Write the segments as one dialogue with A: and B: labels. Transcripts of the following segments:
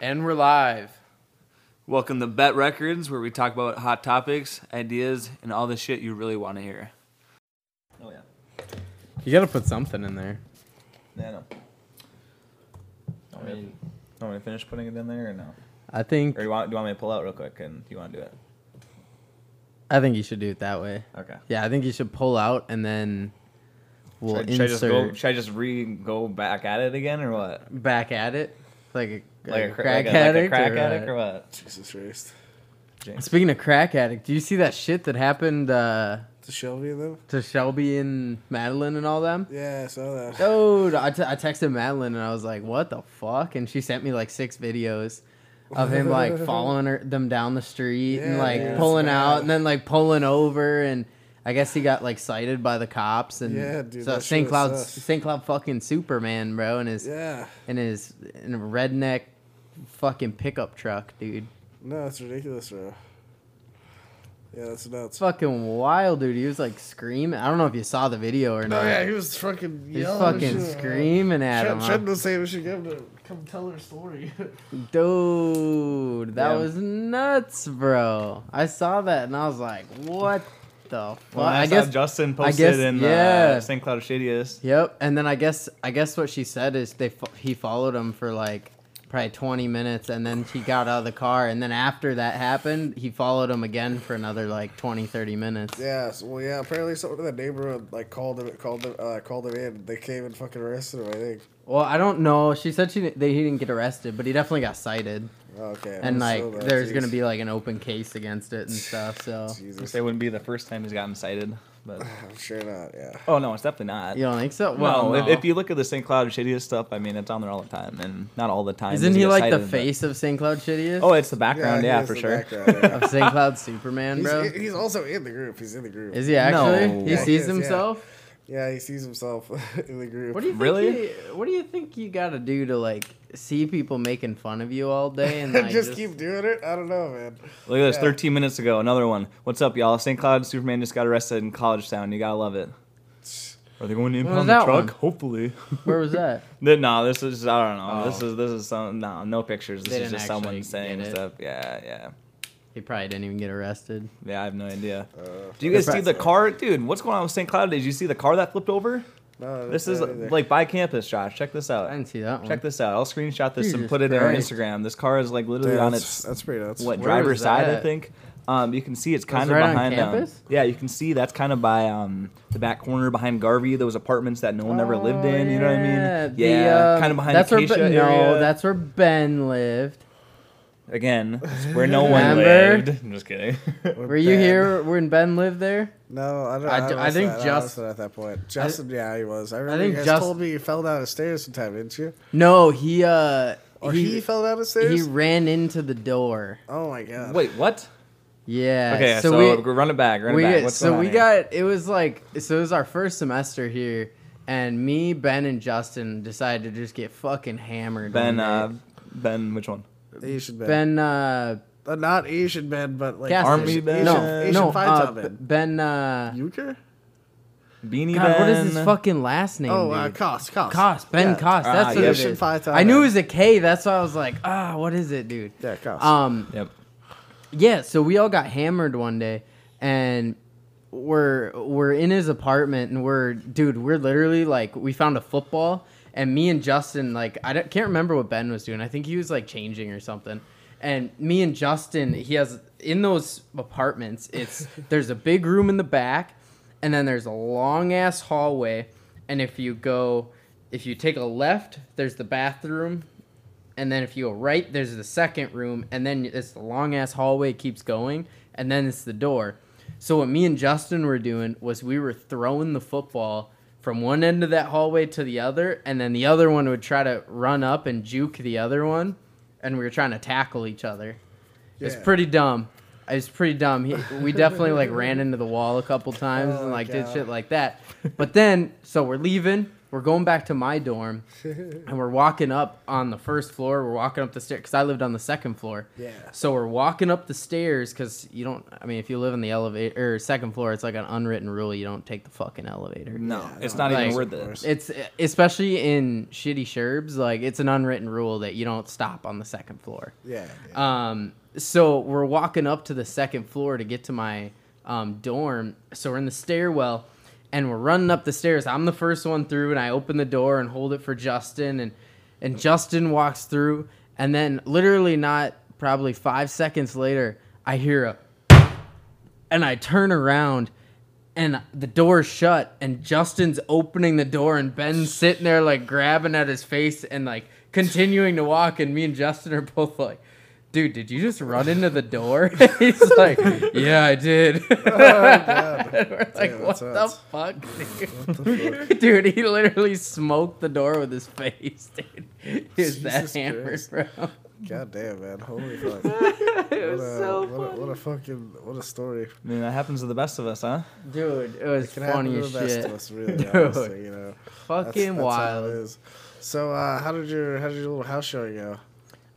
A: And we're live.
B: Welcome to Bet Records, where we talk about hot topics, ideas, and all the shit you really want to hear. Oh yeah,
A: You gotta put something in there.
C: Yeah, I know.
B: I mean,
C: You want me to finish putting it in there or no?
A: I think
C: Or you want, do you want me to pull out real quick and you want to do it?
A: I think you should do it that way.
C: Okay.
A: Yeah, I think you should pull out and then we'll
C: should, I
A: insert
C: just go, should I just re go back at it again or what?
A: back at it, like a,
C: Like, a, cr-
A: crack
C: like, a, like a
A: addict.
C: crack
A: or
C: addict
A: what?
C: or what?
D: Jesus Christ.
A: Speaking of crack addict, do you see that shit that happened uh,
D: To Shelby and them?
A: to Shelby and Madeline and all them?
D: Yeah, I saw that.
A: Dude, I, t- I texted Madeline and I was like, "What the fuck?" And she sent me like six videos of him like following her, them down the street and
D: Yeah,
A: like
D: dude, it's
A: pulling
D: bad.
A: out and then like pulling over and I guess he got like cited by the cops and
D: Yeah, dude,
A: so
D: that
A: St.
D: shit
A: Cloud
D: sucks.
A: St. Cloud fucking Superman, bro, and his
D: Yeah.
A: and his in a redneck fucking pickup truck, dude.
D: No, it's ridiculous, bro. Yeah, that's
A: It's
D: nuts.
A: fucking wild, dude. He was like screaming. I don't know if you saw the video or
D: No,
A: not.
D: Oh, yeah, he was fucking
A: He's
D: yelling.
A: fucking
D: shit.
A: screaming at him.
D: Trent,
A: huh?
D: Trent was saying we should get him to come tell her story.
A: Dude, that
C: Yeah.
A: was nuts, bro. I saw that and I was like, what the fuck?
C: Well,
A: I
C: I,
A: guess.
C: guess Justin
A: I
C: posted
A: guess-
C: in
A: yeah.
C: the St. Cloud Shittiest.
A: Yep. And then I guess I guess what she said is they fo- he followed him for like probably 20 minutes and then he got out of the car and then after that happened, he followed him again for another like 20 30 minutes.
D: yeah, so, well, yeah. Apparently, someone in the neighborhood like called him, called him, uh, called him in. They came and fucking arrested him. I think.
A: Well, I don't know. She said she didn't- that he didn't get arrested, but he definitely got cited
D: Oh, okay.
A: and
D: Well,
A: like
D: so bad,
A: there's
D: jeez.
A: going to be like an open case against it and stuff, so
D: Jesus.
C: It wouldn't be the first time he's gotten cited, but
D: I'm sure not. Yeah.
C: oh no, it's definitely not.
A: you don't think so?
C: Well,
A: Well,
C: If, if you look at the St. Cloud Shittiest stuff, I mean, it's on there all the time, and not all the time.
A: Isn't
C: does
A: he
C: get
A: like the
C: cited, but-
A: face of St. Cloud Shittiest?
C: Oh, it's the background,
D: he
C: yeah,
D: is
C: for
D: the
C: sure.
D: background, yeah.
A: of St. Cloud Superman, bro.
D: He's, he's also in the group. He's in the group.
A: Is he actually?
C: No.
A: He
C: Yeah,
D: he
A: sees
D: is, yeah.
A: himself.
D: yeah, he sees himself in the group.
A: What do you think
C: Really?
A: he- what do you think you got to do to like see people making fun of you all day and like,
D: just keep doing it. I don't know, man.
C: Look at this,
D: Yeah.
C: 13 minutes ago, another one. What's up, y'all? St. Cloud Superman just got arrested in College Town. You gotta love it. Are they going to
A: What was
C: impound the
A: that
C: truck?
A: one?
C: Hopefully.
A: Where was that?
C: Th- no, this is I don't know.
A: Oh.
C: This is this is some no no pictures. This
A: They
C: is
A: didn't
C: just someone
A: actually
C: saying
A: get it.
C: stuff. Yeah, yeah,
A: He probably didn't even get arrested.
C: yeah. I have no idea.
D: Uh,
C: Do you guys
A: They're
C: see the car, dude? What's going on with St. Cloud? Did you see the car that flipped over?
D: no,
C: This is
D: not either.
C: like by campus, Josh. Check this
A: I
C: out.
A: didn't see that one.
C: Check this out. I'll screenshot this
A: Jesus
C: and put it
A: Christ.
C: in our Instagram. This car is like literally
D: Dude,
C: on
D: that's,
C: its
D: that's pretty nuts.
C: what
A: Where
C: driver's
A: is
C: side, I
A: that?
C: think. Um, you can see it's kind of
A: right on
C: behind um,
A: campus?
C: yeah, you can see that's kind of by um, the back corner behind Garvey. Those apartments that no one ever lived in. You know what I mean?
A: The,
C: Yeah,
A: um,
C: kind of behind
A: that's
C: Acacia
A: where, Ben-
C: area.
A: No, that's where Ben lived.
C: again it's where no one
A: Remember?
C: lived. I'm just kidding.
A: Were you here when Ben lived there?
D: No, I don't.
A: I
D: I,
A: d-
D: don't
A: I think Just-
D: think Justin at that point. Justin, yeah, he was. I remember
A: think
D: you guys
A: Just-
D: told me you fell down the stairs sometime, didn't you?
A: No, he uh
D: Or he,
A: he
D: fell down the
A: he
D: stairs.
A: ran into the door.
D: oh my god!
C: Wait, what?
A: Yeah.
C: Okay, so,
A: we,
C: run it back. Run
A: we
C: it back.
A: got-
C: What's
A: so
C: going
A: we
C: on here?
A: got it was like so it was our first semester here and me ben and justin decided to just get fucking hammered
C: Ben.
A: one
C: Uh,
A: day.
C: ben, which one?
D: Asian man,
A: ben uh
D: Uh, not Asian man, but like
A: Cassidy.
C: Army
D: Asian,
C: man?
D: Asian,
A: no
D: Asian
A: no
D: fine
A: uh,
D: top
A: B-
D: man.
A: ben uh
D: Euchre?
C: Beanie
A: God,
C: Ben.
A: what is his fucking last name
D: Oh, uh,
A: dude?
D: Koss, Koss,
A: Koss, Ben
D: yeah.
A: Koss.
C: Ah,
A: That's what
C: yeah.
A: it
D: Asian
A: is.
D: pie top
A: I knew
D: man.
A: it was a K. That's why I was like, ah, what is it, dude?
D: Yeah, Koss.
A: Um,
C: Yep.
A: Yeah, so we all got hammered one day and we're we're in his apartment and we're dude, we're literally like we found a football and me and Justin like I don't- can't remember what Ben was doing. I think he was like changing or something. And me and Justin, he has in those apartments, it's there's a big room in the back and then there's a long ass hallway and if you go if you take a left, there's the bathroom and then if you go right, there's the second room, and then it's the long ass hallway it keeps going, and then it's the door. So what me and Justin were doing was we were throwing the football from one end of that hallway to the other, and then the other one would try to run up and juke the other one, and we were trying to tackle each other. It's
D: Yeah.
A: pretty dumb. It's pretty dumb. He, we definitely like ran into the wall a couple times
D: Oh
A: and
D: my
A: like did
D: God.
A: shit like that. But then, so we're leaving. We're going back to my dorm, and we're walking up on the first floor. We're walking up the stairs because I lived on the second floor.
D: Yeah.
A: So we're walking up the stairs because you don't. I mean, if you live in the elevator or second floor, it's like an unwritten rule you don't take the fucking elevator.
C: No, it's
D: no,
C: not even
A: like-
C: worth it.
A: It's especially in shitty sherbs, like it's an unwritten rule that you don't stop on the second floor.
D: Yeah. yeah.
A: Um, so we're walking up to the second floor to get to my um, dorm. So we're in the stairwell and we're running up the stairs. I'm the first one through and I open the door and hold it for Justin and and Justin walks through and then literally not probably 5 seconds later I hear a and I turn around and the door's shut and Justin's opening the door and Ben's sitting there like grabbing at his face and like continuing to walk and me and Justin are both like Dude, did you just run into the door? He's like, Yeah, I did. And we're like,
D: Oh, Damn,
A: What
D: that's
A: the
D: nuts.
A: fuck, dude? dude, he literally smoked the door with his face, dude. He was that
D: Jesus
A: hammered,
D: Christ.
A: bro.
D: God damn, man. Holy fuck. What
B: It
D: a,
B: was so
D: what,
B: funny.
D: a, what a fucking what a story.
C: I mean, that happens to the best of us, huh?
A: Dude, it was
D: Can
A: funny
D: happen to
A: as
D: the best
A: shit.
D: of us, really.
A: Dude.
D: Honestly, you know. That's-
A: Fucking
D: that's how it
A: wild.
D: is. So uh, how did your how did your little house show go?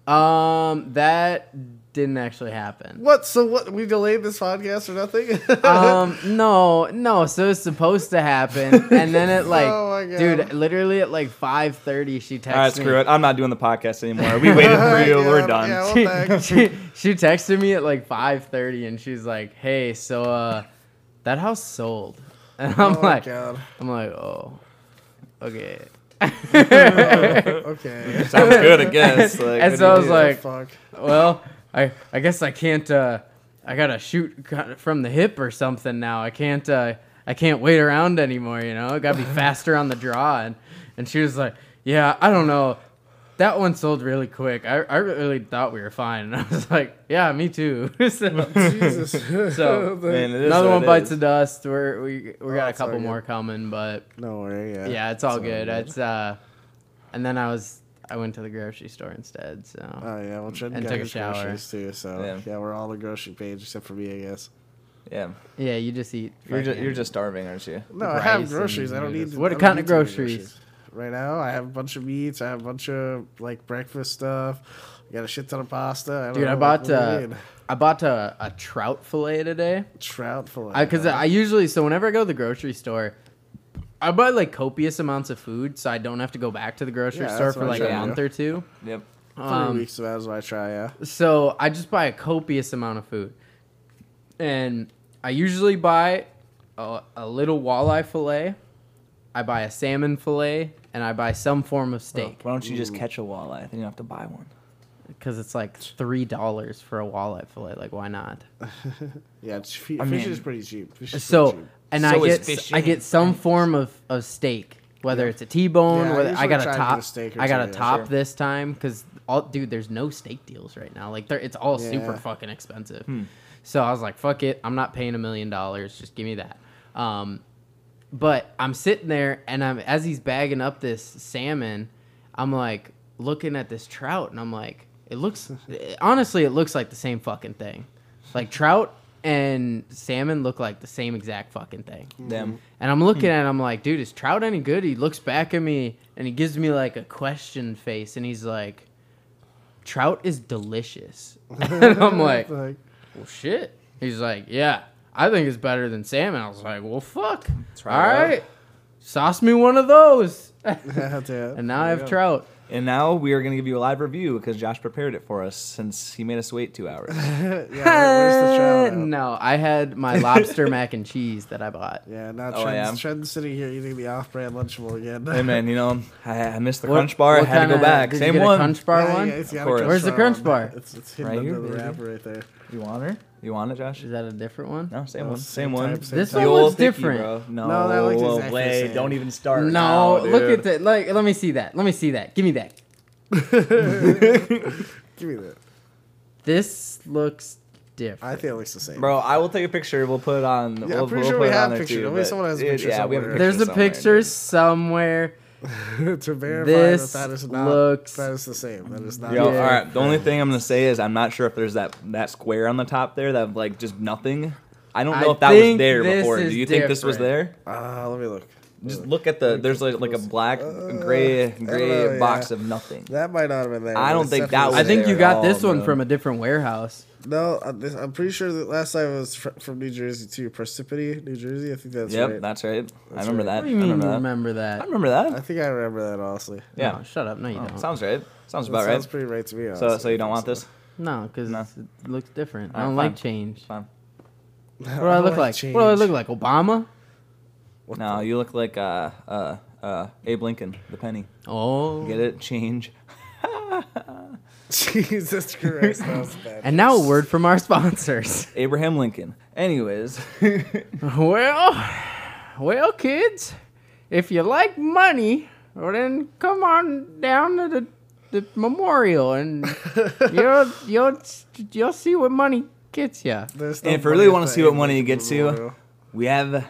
A: Um, that didn't actually happen.
D: What? So what? We delayed this podcast or nothing?
A: um, no, no. So it's supposed to happen, and then it like,
D: Oh my God.
A: dude, literally at like five thirty, she texted
C: All right,
A: me.
C: screw it. I'm not doing the podcast anymore. We waited for you.
D: Yeah,
C: We're done.
D: yeah, well-
A: She,
D: What the heck?
A: she, she texted me at like five thirty, and she's like, "Hey, so uh, that house sold," and I'm
D: oh my
A: like,
D: God.
A: "I'm like, oh, okay."
D: Okay.
C: Sounds good, I guess. Like,
A: And
C: what
A: so
C: do
A: I
C: you
A: was
C: do?
A: like-
D: fuck.
A: well, I I guess I can't. Uh, I gotta shoot kinda from the hip or something now. I can't. Uh, I can't wait around anymore. You know, I gotta be faster on the draw. And and she was like, "Yeah, I don't know. That one sold really quick. I I really thought we were fine." And I was like, "Yeah, me too." so,
D: Jesus.
A: So,
C: Man, it is
A: another
C: what
A: one
C: it
A: bites
C: is.
A: the dust. We're, we we
D: Oh,
A: got a
D: it's all
A: couple
D: good.
A: more coming, but
D: no worry. Yeah.
A: yeah, it's all
D: it's all
A: good.
D: good.
A: It's uh, and then I was I went to the grocery store instead. So
D: Oh yeah, well Trent
A: And
D: got
A: took a
D: his
A: shower.
D: groceries too, so
C: Yeah.
D: yeah. we're all on the grocery page except for me, I guess.
C: yeah,
A: yeah, you just eat.
C: you're just,
A: fucking-
C: you're just starving, aren't you?
D: No, I have
A: rice
D: groceries. I
A: and
D: don't need.
A: noodles. What
D: I don't
A: kind of
D: need too many
A: groceries?
D: Right now, I have a bunch of meats. I have a bunch of like breakfast stuff. I got a shit ton of pasta. I don't
A: Dude,
D: know,
A: I
D: like,
A: bought
D: Oh, what do you
A: uh,
D: need?
A: I bought a, a trout fillet today
D: trout fillet.
A: because I, usually so whenever I go to the grocery store, I buy like copious amounts of food so I don't have to go back to the grocery
D: Yeah,
A: store
D: that's
A: for
D: what I
A: like a
C: try to do.
A: month or two.
C: Yep.
D: three
A: um,
D: weeks of that is what I try. Yeah,
A: So I just buy a copious amount of food, and I usually buy a, a little walleye fillet. I buy a salmon fillet and I buy some form of steak
D: Oh,
C: Why don't you just catch a walleye? Then you don't have to buy one.
A: because it's like three dollars for a walleye fillet. Like, why not?
D: yeah. it's- Fish
C: mean,
D: is pretty cheap. Fish is pretty
A: So
D: cheap.
A: and
B: So
A: I
B: is
A: get
B: fish.
A: I get some form of, of steak, whether it's a T-bone,
D: Yeah, I
A: whether I
D: usually
A: got a
D: try to get
A: top,
D: a steak or
A: I got a
D: two, yeah,
A: top
C: sure.
A: this time because all dude, there's no steak deals right now. Like they're, it's all super
D: Yeah.
A: fucking expensive.
B: Hmm.
A: So I was like, fuck it, I'm not paying a million dollars. Just give me that. Um, but I'm sitting there and I'm as he's bagging up this salmon, I'm like looking at this trout and I'm like, it looks honestly, it looks like the same fucking thing. Like trout and salmon look like the same exact fucking thing.
C: Damn.
A: And I'm looking at him like, dude, is Trout any good? He looks back at me and he gives me like a question face and he's like, Trout is delicious. and I'm like, well,
D: Like,
A: shit. He's like, yeah, I think it's better than salmon. I was like, well, fuck.
C: right,
A: All
C: bro.
A: right. Sauce me one of those.
D: yeah, dude.
A: and now I
C: There
A: have
C: you go.
A: Trout.
C: And now we are going to give you a live review because Josh prepared it for us since he made us wait two hours.
D: yeah, where, where's the trout? at?
A: no, I had my lobster mac and cheese that I bought.
D: Yeah, now
C: Oh, I am.
D: Trent's, Trent's sitting here eating the off-brand Lunchable again.
C: hey man, you know I, I missed the
A: What-
C: crunch bar. I
A: what
C: had to go
A: kinda-
C: back.
A: did you
C: Same
A: get a
C: one.
A: Crunch bar
D: Yeah,
A: one?
D: yeah, it's
C: Of
D: got a
C: course.
D: crunch
A: Where's the
D: bar
A: crunch
D: on
A: bar?
D: it. It's, it's hidden
C: Right
D: under
C: here,
D: the
C: baby.
D: wrapper right there.
C: You want her? You want it, Josh?
A: Is that a different one?
C: No, same
D: No,
C: one.
D: same
C: Same one.
D: type, same
A: This
D: type.
A: one
C: The old
A: looks
C: thicky,
A: different.
C: bro. No,
D: No, that looks
C: whoa,
D: exactly the
C: way.
D: same.
C: Don't even start.
A: No,
C: now,
A: look
C: dude.
A: at that. Like, let me see that. Let me see that. Give me that.
D: Give me that.
A: This looks different.
D: I think it looks the same.
C: Bro, I will take a picture. We'll put it on.
D: I'm
C: we'll,
D: pretty
C: we'll
D: sure
C: put
D: we
C: it
D: have
C: on there
D: pictures.
C: too,
D: At least
C: but-
D: someone has a
C: Dude,
D: picture
C: Yeah, we have a
D: somewhere.
C: picture
A: There's a
C: somewhere,
A: picture
C: dude.
A: somewhere.
D: to verify
A: This
D: that that is not
A: looks-
D: that is the same. That is not.
C: Yo,
A: Yeah.
C: all right. The only thing I'm gonna say is I'm not sure if there's that that square on the top there that like just nothing. I don't
A: I
C: know if that was
A: think
C: there
A: this
C: before. Do
A: is
C: you think this was there?
D: Uh, let me look.
C: Just look at the. There's like, like a black, gray, gray
D: uh, know,
C: box
D: yeah.
C: of nothing.
D: That might not have been there.
C: I
D: but
C: don't
D: it's
C: think that
D: definitely
A: I
C: was
A: think
C: there
A: you
C: at
A: got
C: all,
A: this one
C: bro.
A: from a different warehouse.
D: No, I- this- I'm pretty sure that last time it was fr- from New Jersey to Precipity, New Jersey. I think that's
C: yep,
D: right.
C: that's right.
D: That's
C: I remember
D: right.
C: that.
A: What do you mean
C: I
A: you
C: remember that.
A: remember that?
C: I remember that.
D: I think I remember that honestly.
C: yeah. Oh.
A: No, shut up. No, you don't.
C: Sounds right. Sounds
D: That
C: about
D: sounds
C: right.
D: pretty right to me. Honestly.
C: So, so you don't want this?
A: No, because
C: No.
A: it looks different. I
C: Alright,
A: don't like
C: fine.
A: change.
C: Fine.
A: What do I look like? What do I look like? Obama?
C: No, you look like uh, uh, uh, Abe Lincoln, the penny.
A: Oh.
C: Get it? Change.
D: Jesus Christ, that was bad.
A: And now a word from our sponsors.
C: Abraham Lincoln. Anyways,
A: well, well, kids, if you like money, well, then come on down to the, the memorial and you'll you'll you'll see what money gets you.
D: There's
C: And if you
D: money
C: really
D: at
C: wanna
D: the
C: see what
D: end
C: money
D: of the
C: gets you-
D: memorial.
C: we have.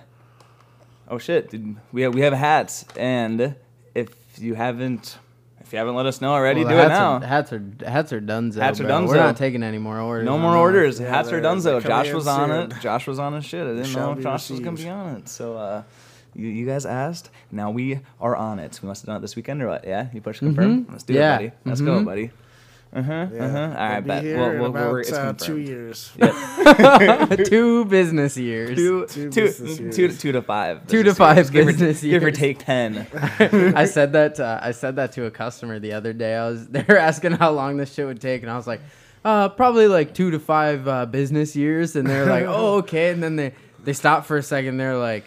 C: Oh shit, dude. We have we have hats, and if you haven't, if you haven't let us know already,
A: Well,
C: do
A: the
C: it
A: hats
C: now.
A: Are, hats are hats are dunzo.
C: Hats are
A: bro.
C: dunzo.
A: We're not taking any more orders.
C: no
A: on
C: more
A: that.
C: orders.
D: Yeah,
C: hats are
D: they're-
C: done.
D: they're
C: So
D: coming
C: Josh
D: in
C: was on
D: soon.
C: it. Josh was on his shit. I didn't
D: shall
C: know
D: be
C: Josh was gonna be
D: received.
C: on it. So uh, you, you guys asked. Now we are on it. We must have done it this weekend or what? Yeah, you push confirm. Let's do
A: Yeah.
C: it, buddy. Let's go,
A: Mhm.
C: buddy. Uh huh.
D: Mm-hmm. Yeah.
C: Uh huh. All
D: They'll
C: right,
D: be
C: bet.
D: here
C: We'll,
D: in
C: we'll, we'll,
D: about,
C: it's
D: uh,
C: confirmed.
D: two years.
A: two business years.
C: Two,
D: Two
C: two,
D: business
C: two, two,
D: years.
C: two to five.
A: Two to
C: business
A: five
C: years. Give or-
A: business
C: Give or
A: years.
C: take ten.
A: I said that. Uh, I said that to a customer the other day. I was they were asking how long this shit would take, and I was like, uh, probably like two to five uh, business years. And they're like, oh, okay. And then they they stopped for a second. They're like,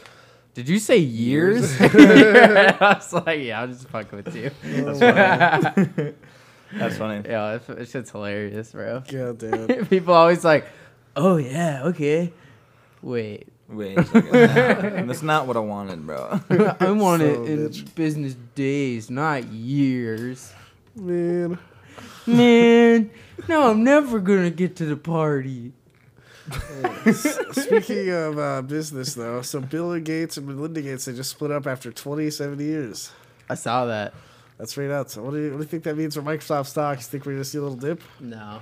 A: did you say years? I was like, yeah, I'm just fucking with you.
C: That's funny.
A: Yeah, it, it shit's hilarious, bro.
D: God damn.
A: People always like, oh yeah, okay. Wait,
C: Wait, a second. that's not what I wanted, bro. Uh,
A: I want
D: Son
A: it
D: of a
A: in
D: bitch.
A: business days, not years.
D: Man.
A: Man, no, I'm never gonna get to the party.
D: Speaking of uh, business, though, so Bill Gates and Melinda Gates, they just split up after 27 years.
A: I saw that.
D: That's right out. So what do you, what do you think that means for Microsoft stocks? Think we're going to see a little dip?
A: No,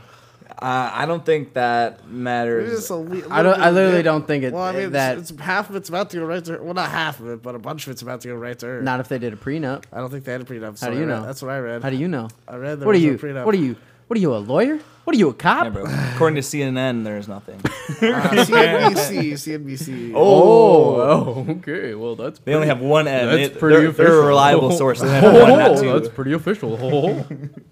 C: Uh, I don't think that
D: Maybe
C: matters.
D: just a li-
A: I don't.
D: little
A: I literally
D: dip.
A: don't think it
D: Well, I mean,
A: that.
D: it's, it's half of it's about to go right to her. Well, not half of it, but a bunch of it's about to go right to her.
A: not if they did a prenup.
D: I don't think they had a prenup. so
A: How do
D: I
A: you
D: read-
A: know?
D: That's what I read.
A: How do you know?
D: I read there
A: What are
D: was no
A: you?
D: prenup.
A: What are you? What are you? A lawyer? What are you? A
C: Yeah,
A: cop?
C: bro. According to CNN, there's nothing.
D: Uh, CNBC, CNBC.
A: oh, okay. Well, that's
C: They only have one ad.
A: That's
C: they,
A: pretty Oh,
C: they're, they're
A: official.
C: a reliable source. They only have one ad, too.
A: pretty official.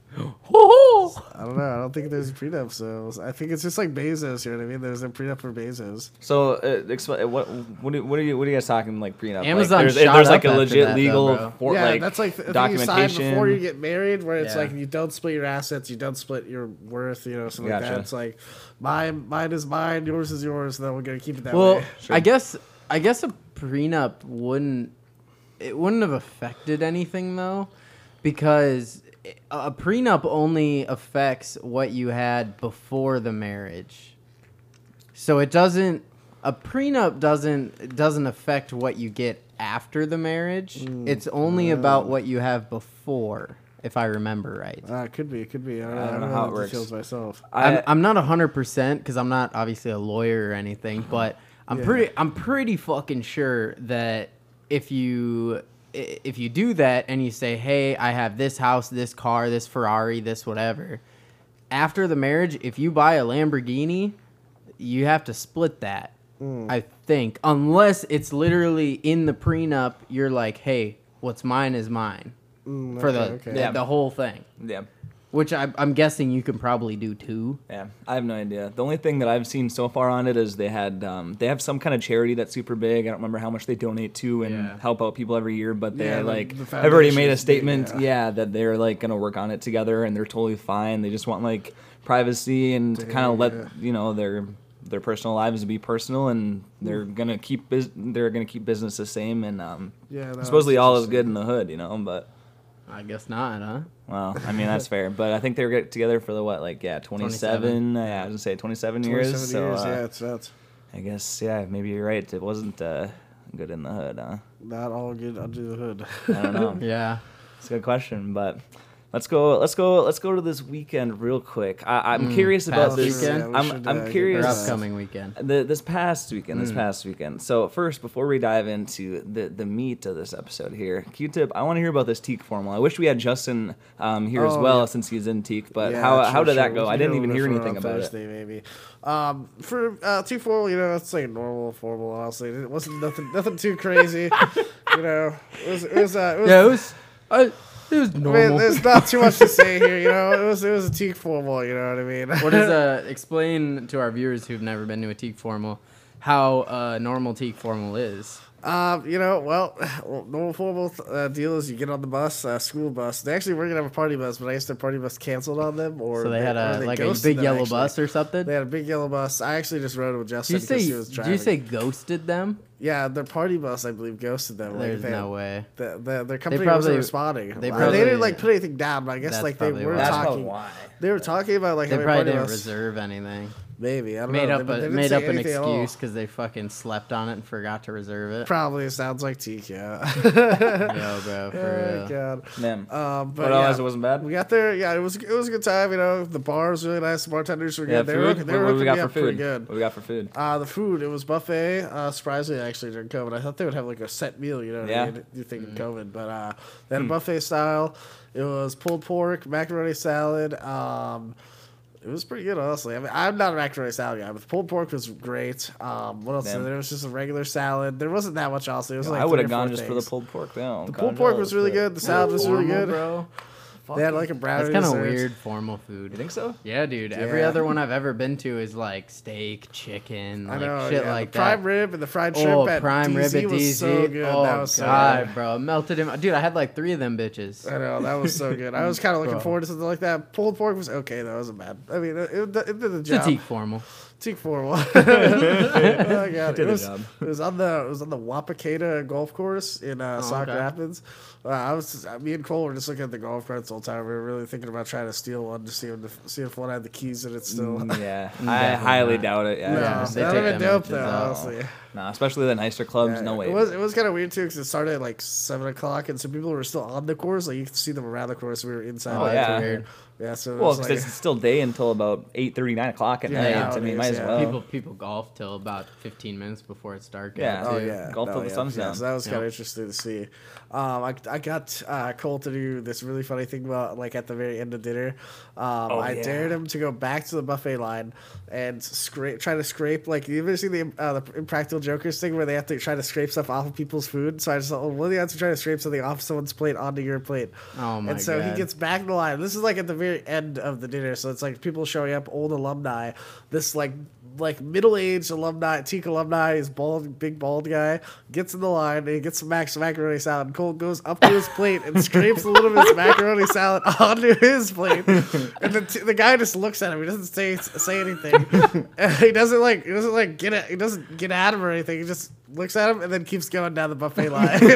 A: Oh,
D: I don't know. I don't think there's a prenup. So I think it's just like Bezos. You know what I mean? There's a prenup for Bezos.
C: So, uh, expl- what what do- what are you what are you guys talking like prenup?
A: Amazon
C: like, there's,
A: shot
C: there's
A: up
C: like a
A: after
C: legit
A: that, though,
C: legal
A: bro.
C: for,
D: yeah,
C: like,
D: that's like the thing you sign
C: documentation.
D: before you get married, where it's
A: Yeah.
D: like you don't split your assets, you don't split your worth, you know, something like that.
C: Gotcha.
D: It's like mine, mine is mine, yours is yours, and then we're gonna keep it that
A: well,
D: way.
A: I guess I guess a prenup wouldn't it wouldn't have affected anything though, because a a prenup only affects what you had before the marriage. So it doesn't a prenup doesn't doesn't affect what you get after the marriage.
D: Mm.
A: It's only about what you have before, if I remember right.
D: Uh, it could be, it could be. I don't,
C: I
D: know,
C: don't know
D: I
C: how
D: the
C: it works.
D: Details myself.
A: I'm,
C: I,
A: I'm not hundred percent because I'm not obviously a lawyer or anything, but I'm
D: Uh-huh. Yeah.
A: pretty I'm pretty fucking sure that if you i- if you do that and you say, hey, I have this house, this car, this Ferrari, this whatever, after the marriage, if you buy a Lamborghini, you have to split that.
D: Mm.
A: I think unless it's literally in the prenup, you're like, hey, what's mine is mine
D: Mm,
A: for the
D: okay, okay.
A: the,
C: Yeah.
A: the whole thing.
C: yeah,
A: Which I, I'm guessing you can probably do too.
C: yeah. I have no idea. The only thing that I've seen so far on it is they had um, they have some kind of charity that's super big. I don't remember how much they donate to and
A: Yeah.
C: help out people every year, but they
D: Yeah, the-
C: like
D: the
C: have already made a
D: foundation's big,
C: statement.
D: yeah.
C: Yeah. that they're like gonna work on it together and they're totally fine. They just want like privacy and to kind of let
D: Yeah.
C: you know their their personal lives be personal and they're
D: Hmm.
C: gonna keep bus- they're gonna keep business the same and um,
D: Yeah, no,
C: supposedly
D: it's
C: all is good in the hood, you know. But
A: I guess not, huh?
C: well, I mean that's fair. But I think they were get- together for the what like yeah twenty seven. Yeah, I was gonna say twenty seven years.
D: 27
C: so
D: years,
C: uh,
D: yeah, it's nuts.
C: I guess yeah maybe you're right. It wasn't uh, good in the hood, huh?
D: Not all good under the hood.
C: Uh, I don't know.
A: Yeah.
C: It's a good question, but Let's go. Let's go. Let's go to this weekend real quick. I, I'm
A: Mm,
C: curious about
A: past
C: this.
A: weekend?
D: Yeah, we
C: I'm,
D: should, uh,
C: I'm
D: get
A: Or
C: curious.
D: back to that.
A: upcoming weekend.
C: The, this past weekend,
D: Hmm.
C: this past weekend. So first, before we dive into the, the meat of this episode here, Q-Tip, I want to hear about this teak formula. I wish we had Justin um, here as
D: Oh,
C: well
D: yeah.
C: since he's in teak. But
D: Yeah,
C: how,
D: sure,
C: how did
D: sure.
C: that go?
D: We
C: I
D: can
C: didn't
D: do
C: even
D: this
C: hear
D: one on
C: anything about it.
D: uh, Thursday, Maybe um, for uh, two formal, you know, it's like a normal formal. Honestly, it wasn't nothing, nothing too crazy. you know, it was, it was, uh, it was,
A: Yeah, it was. Uh, it was
D: I mean,
A: normal.
D: there's not too much to say here. You know, it was, it was a teak formal. You know what I mean?
A: what is uh explain to our viewers who've never been to a teak formal how a normal teak formal is.
D: Um, you know, well, well, normal formal uh, deal is you get on the bus, uh, school bus. They actually were gonna have a party bus, but I guess their party bus canceled on them, or
A: So they had
D: or
A: a like a
D: ghosted
A: big
D: them,
A: yellow
D: actually.
A: bus or something.
D: They had a big yellow bus. I actually just rode with
A: Did you
D: Justin
A: say
D: because he was
A: did
D: driving.
A: you say ghosted them?
D: yeah, their party bus, I believe, ghosted them.
A: There's
D: like, they,
A: no way.
D: The, the, their company
A: probably-
D: wasn't responding.
A: they
D: They,
A: probably-
D: didn't like put anything down, but I guess
A: That's
D: like they
A: probably
D: were
A: why. That's
D: talking. They were talking about like
A: They
D: having a
A: probably
D: party
A: didn't
D: bus.
A: reserve anything.
D: Maybe I don't
A: Made
D: know.
A: up
D: They- they
A: a,
D: didn't
A: made
D: say
A: up an
D: anything at all.
A: excuse because they fucking slept on it and forgot to reserve it.
D: Probably sounds like teak. Yeah.
A: Yo, bro, for
D: oh
A: real.
D: god.
C: Man,
D: Um, but
C: but
D: yeah.
C: otherwise it wasn't bad.
D: We got there. Yeah, it was it was a good time. You know, the bar was really nice. The bartenders were good.
C: Yeah,
D: they
C: food.
D: were
C: what
D: they were
C: what we
D: hooking
C: got
D: me
C: for
D: up pretty
C: food?
D: good.
C: What we got for food?
D: Uh, the food it was buffet. Uh, surprisingly, actually during COVID, I thought they would have like a set meal. You know, what
C: Yeah. Hmm.
D: I mean? you think of
A: Mm-hmm.
D: COVID, but uh, they had a buffet style. It was pulled pork, macaroni salad. Um, it was pretty good, honestly. I mean, I'm not a macaroni salad guy, but the pulled pork was great. Um, what else?
C: Damn.
D: There was just a regular salad. There wasn't that much, honestly. It was like
C: I would
D: three or
C: have gone
D: four
C: just for the
D: things.
C: pulled pork. though.
D: The pulled pork was really good. The salad was really
A: Formal,
D: good.
A: bro.
D: They had like a brownie.
A: That's kind of
D: dessert.
A: weird formal food.
C: You think so?
A: Yeah, dude. Every
D: Yeah.
A: other one I've ever been to is like steak, chicken,
D: I
A: like
D: know,
A: shit
D: yeah,
A: like
D: the prime
A: that.
D: rib and the fried shrimp
A: oh,
D: at
A: prime
D: DZ
A: rib at
D: was
A: DZ.
D: so good.
A: Oh
D: that was so
A: god,
D: good. Uh,
A: bro, melted in. Dude, I had like three of them bitches.
D: I know that was so good. I was kind of looking
A: Bro.
D: forward to something like that. Pulled pork was okay though. It wasn't bad. I mean, it, it, it did the
A: It's a
D: job.
A: teak formal.
D: Teak formal. oh my god,
C: did the
D: it was,
C: job.
D: it was on the it was on the Wapakata golf course in uh, Sauk
A: okay.
D: Rapids. Uh, I was just- me and Cole were just looking at the golf carts all the time. We were really thinking about trying to steal one to see if see if one had the keys in it still.
C: Mm, Yeah, I
A: Definitely
C: highly
A: not.
C: doubt it. Yeah,
D: No,
A: Yeah, they
D: that would
A: take
D: have
A: them
D: been dope
A: bitches
D: though.
A: out.
D: Honestly.
C: no, especially the nicer clubs.
D: Yeah,
C: no way.
D: It was it was kind of weird too because it started at like seven o'clock, and some people were still on the course. Like you could see them around the course. We were inside.
C: Oh,
A: that's
D: like,
C: yeah.
A: weird.
D: Yeah. So it
C: Well,
D: was
C: 'cause
D: like,
C: it's still day until about eight thirty, nine o'clock at
D: Yeah,
C: night. I mean,
D: nowadays,
C: might as
D: yeah.
C: well.
A: People people golf till about 15 minutes before it's dark. out,
C: Yeah.
D: oh
A: too.
D: yeah,
C: Golf till the
D: yeah,
C: sun's
D: yeah,
C: down.
D: So that was kind
A: Yeah.
D: of interesting to see. Um, I, I got uh, Cole to do this really funny thing about like at the very end of dinner. Um, I
C: Oh, yeah.
D: dared him to go back to the buffet line and scrape, try to scrape. Like you ever seen the, uh, the Impractical Jokers thing where they have to try to scrape stuff off of people's food? So I just thought, well, what do you have to try to scrape something off someone's plate onto your plate?
A: Oh my
D: and so
A: god.
D: he gets back in the line. This is like at the very end of the dinner, so it's like people showing up, old alumni. This like like middle aged alumni, teak alumni, is bald, big bald guy gets in the line and he gets some mac- macaroni salad. And Cole goes up to his plate and scrapes a little bit of his macaroni salad onto his plate, and the, t- the guy just looks at him. He doesn't say say anything. he doesn't like he doesn't like get at, he doesn't get at him or anything. He just looks at him and then keeps going down the buffet line. he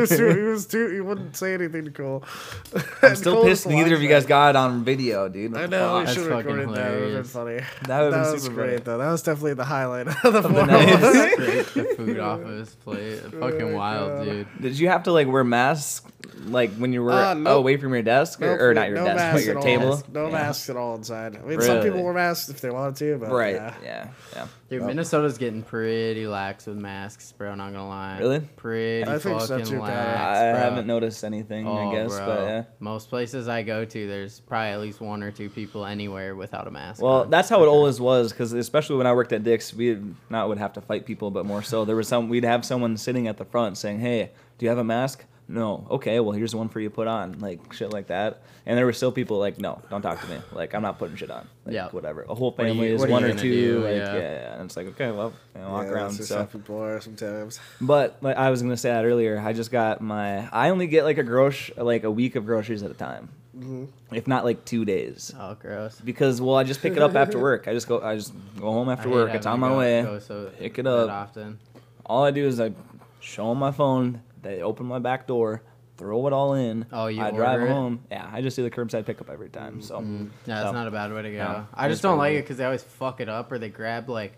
D: was too he was too he wouldn't say anything to Cole.
C: I'm still pissed neither of you guys got it on video, dude. What
D: I
C: the
D: know
C: fuck?
D: we
A: That's
D: should have
A: fucking
D: recorded that. It would have
A: hilarious.
D: been funny.
C: That would've been
D: was
C: super
D: great
C: funny.
D: though. That was definitely the highlight of the forum.
C: night.
A: Scrape the food off of his plate.
D: Oh,
A: Fucking wild, dude.
C: Did you have to like wear masks like when you were oh,
D: Uh, nope.
C: away from your desk or,
D: Nope,
C: or not your
D: no
C: desk, but
D: masks
C: your
D: at
C: table?
D: All. No
C: Yeah.
D: masks at all inside. I mean, some
C: Really?
D: people wear masks if they wanted to, but
C: Right.
D: yeah.
C: Yeah. Yeah.
A: Dude, Minnesota's getting pretty lax with masks, bro. Not gonna lie.
C: Really?
A: Pretty
D: I think so,
A: fucking
D: too, Kyle.
A: lax,
C: I
A: bro.
C: haven't noticed anything.
D: Oh,
C: I guess, but yeah.
A: Oh, Most places I go to, there's probably at least one or two people anywhere without a mask.
C: Well,
A: on.
C: that's how it always was, because especially when I worked at Dick's, we not would have to fight people, but more so there was some we'd have someone sitting at the front saying, "Hey, do you have a mask?" No. Okay, well here's one for you to put on, like shit like that. And there were still people like, "No, don't talk to me. Like I'm not putting shit on. Like
A: Yeah.
C: whatever. A whole
A: are you-
C: family is
A: what are you
C: one or
A: gonna
C: two.
A: do?
C: Like
A: Yeah.
C: yeah. yeah, And it's like, okay, well, you know,
D: Yeah,
C: walk
D: that's
C: around.
D: just
C: So.
D: how people are sometimes.
C: But like I was gonna say that earlier, I just got my. I only get like a grosh like a week of groceries at a time,
A: Mm-hmm.
C: if not like two days,
A: oh gross.
C: because well I just pick it up after work. I just go I just go home
A: I
C: after
A: hate
C: work. It's
A: having
C: on
A: to
C: my
A: go-
C: way.
A: go so
C: pick it
A: that
C: up.
A: often.
C: All I do is I show them my phone. They open my back door, throw it all in.
A: Oh, you
C: I drive
A: order it? Mm-hmm.
C: home. Yeah, I just do the curbside pickup every time. So
A: Yeah, that's
C: so,
A: not a bad way to go.
C: No,
A: I
C: it
A: just
C: is
A: don't like
C: pretty good.
A: it because they always fuck it up or they grab like,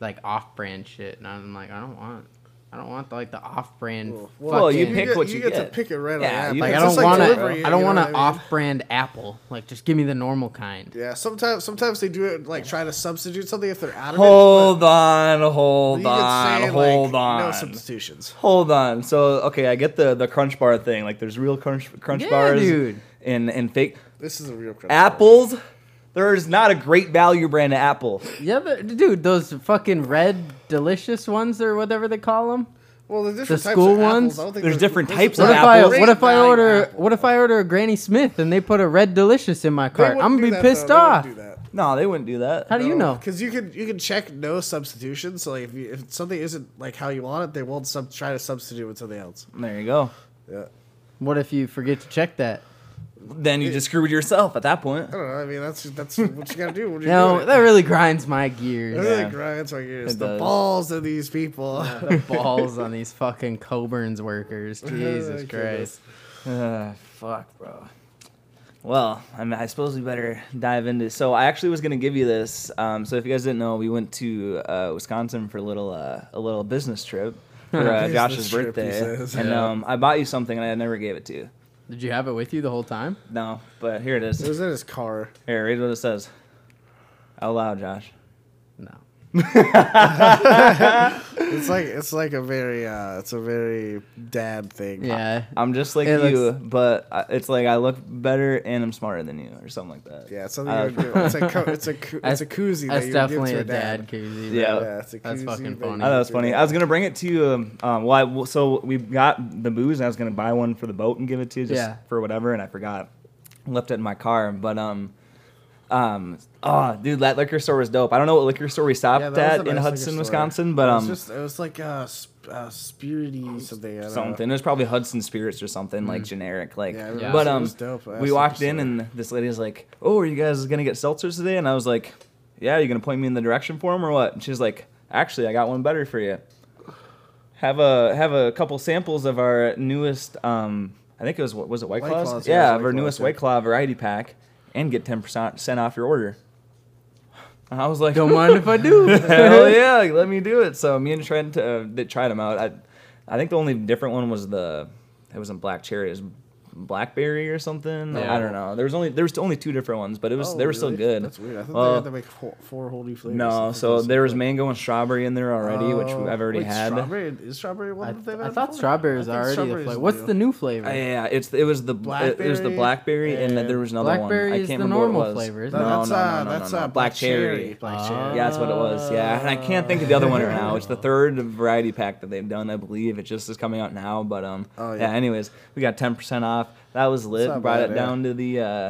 A: like off-brand shit, and I'm like, I don't want. I don't want the, like the off-brand.
C: Well, you
A: fucking-
C: pick what you
D: get.
C: get.
D: to pick it right
C: Yeah,
D: on.
C: you-
A: Like I
C: It's
A: don't
C: just like
A: want to.
C: delivery,
A: I don't want
D: to
A: an off-brand apple. Like just give me the normal kind.
D: Yeah, sometimes sometimes they do it like try to substitute something if they're out of it.
C: Hold on, hold on, hold
D: No
C: on.
D: substitutions.
C: Hold on. So okay, I get the the crunch bar thing. Like there's real crunch crunch
A: Yeah,
C: bars
A: dude.
C: and and fake
D: This is a real crunch.
C: apples. There is not a great value brand of apple.
A: Yeah, but dude, those fucking red delicious ones or whatever they call them.
D: Well, the different types
A: school
D: of apples,
A: ones?
D: I don't think
C: There's different types
A: What
C: of
A: if I
C: apples.
A: what if I
D: Great
A: order
D: value apple.
A: what if I order a Granny Smith and they put a red delicious in my cart? I'm gonna be pissed off.
C: No, they wouldn't do that.
A: How do you know?
D: Because you can you can check no substitutions. So like if, you, if something isn't like how you want it, they won't sub- try to substitute with something else.
C: There you go.
D: Yeah.
A: What if you forget to check that?
C: Then you just screwed yourself at that point.
D: I don't know. I mean, that's that's what you gotta do. When you're
A: No,
D: doing
A: that
D: it.
A: really grinds my
D: It
A: gears.
D: really
C: Yeah.
D: grinds my gears.
C: It
D: The
C: does.
D: balls of these people.
A: Balls on these fucking Coburn's workers. Jesus
D: Okay,
A: Christ.
D: Oh.
C: Ah, fuck, bro. Well, I, mean, I suppose we better dive into. So I actually was gonna give you this. Um, so if you guys didn't know, we went to uh, Wisconsin for a little uh, a little business trip for uh,
D: Business
C: Josh's
D: trip, he
C: birthday,
D: says.
C: and
A: Yeah.
C: um, I bought you something and I never gave it to you.
A: Did you have it with you the whole time?
C: No, but here it is.
D: It was in his car.
C: Here, read what it says. Out loud, Josh.
A: No.
D: It's like it's like a very uh, it's a very dad thing.
A: Yeah.
C: I'm just like
A: It
C: you, but I, it's like I look better and I'm smarter than you, or something like that.
D: Yeah, it's something
C: I
D: you would do. It's a co- it's a coo- it's a koozie
A: Uh, That's
D: that you would give
A: definitely
D: to
A: a
D: a dad.
A: dad koozie.
C: Yeah.
D: Yeah, it's a koozie
A: That's fucking
D: that
A: funny.
C: I
D: you
C: thought
D: give
C: that was
D: to a
C: funny.
D: dad.
C: I was gonna bring it to you. Um, um, well, I, well, so we got the booze, and I was gonna buy one for the boat and give it to you just
A: Yeah.
C: for whatever, and I forgot, left it in my car. But um, um, oh, dude, that liquor store was dope. I don't know what liquor store we stopped
D: Yeah, that was the
C: at in
D: best liquor
C: Hudson,
D: store.
C: Wisconsin, but
D: It was
C: um, Oh,
D: just- it was like uh, sp- uh spirity something. I don't know. Mm.
C: something. It was probably Hudson Spirits or something like generic, like.
D: Yeah, I remember
C: But
D: it
C: um,
D: was dope. I
C: we
D: saw
C: walked
D: the
C: in
D: store.
C: and this lady's like, "Oh, are you guys gonna get seltzers today?" And I was like, "Yeah, you gonna point me in the direction for them or what?" And she's like, "Actually, I got one better for you. Have a have a couple samples of our newest. Um, I think it was what was it White,
D: White
C: Claws?
D: Claws, yeah, it
C: yeah,
D: was
C: of
D: White
C: our
D: Claws,
C: newest
D: yeah.
C: White Claw variety pack, and get ten percent off your order." And I was like,
A: Don't mind if I do.
C: Hell yeah, like, let me do it. So me and Trent uh, they tried them out. I, I think the only different one was the it wasn't black cherry, it was blackberry or something.
A: Yeah.
C: I don't know. There was only there was only two different ones, but it was
D: Oh,
C: they were still
D: really?
C: good.
D: That's weird. I thought
C: Well,
D: they had to make four, four whole new flavors.
C: no, so there was mango and strawberry in there already, which
D: Oh,
C: I've already
D: wait,
C: had.
D: Strawberry is strawberry one
A: I,
D: that they've
A: I
D: had
A: thought
D: before?
A: strawberry was
D: I think
A: already
D: strawberry
A: a
D: is
A: flavor. What's
D: new.
A: the new flavor?
C: Uh, yeah, it's it was the it was the
D: Blackberry
C: blackberry and then there was another
A: Blackberry
C: one. I
A: is
C: can't
A: the
C: remember what it
A: normal
C: was.
A: flavor, isn't
C: No,
A: it?
C: no, no,
D: that's uh,
C: no, no,
D: that's
C: no,
D: uh,
C: black cherry.
D: Black cherry. Oh.
C: Yeah, that's what it was. Yeah, and I can't think of the other one right now. It's the third variety pack that they've done, I believe. It just is coming out now, but um,
D: Oh,
C: yeah.
D: yeah.
C: Anyways, we got ten percent off. That was lit.
D: not
C: Brought
D: bad,
C: it
D: yeah.
C: down to the uh,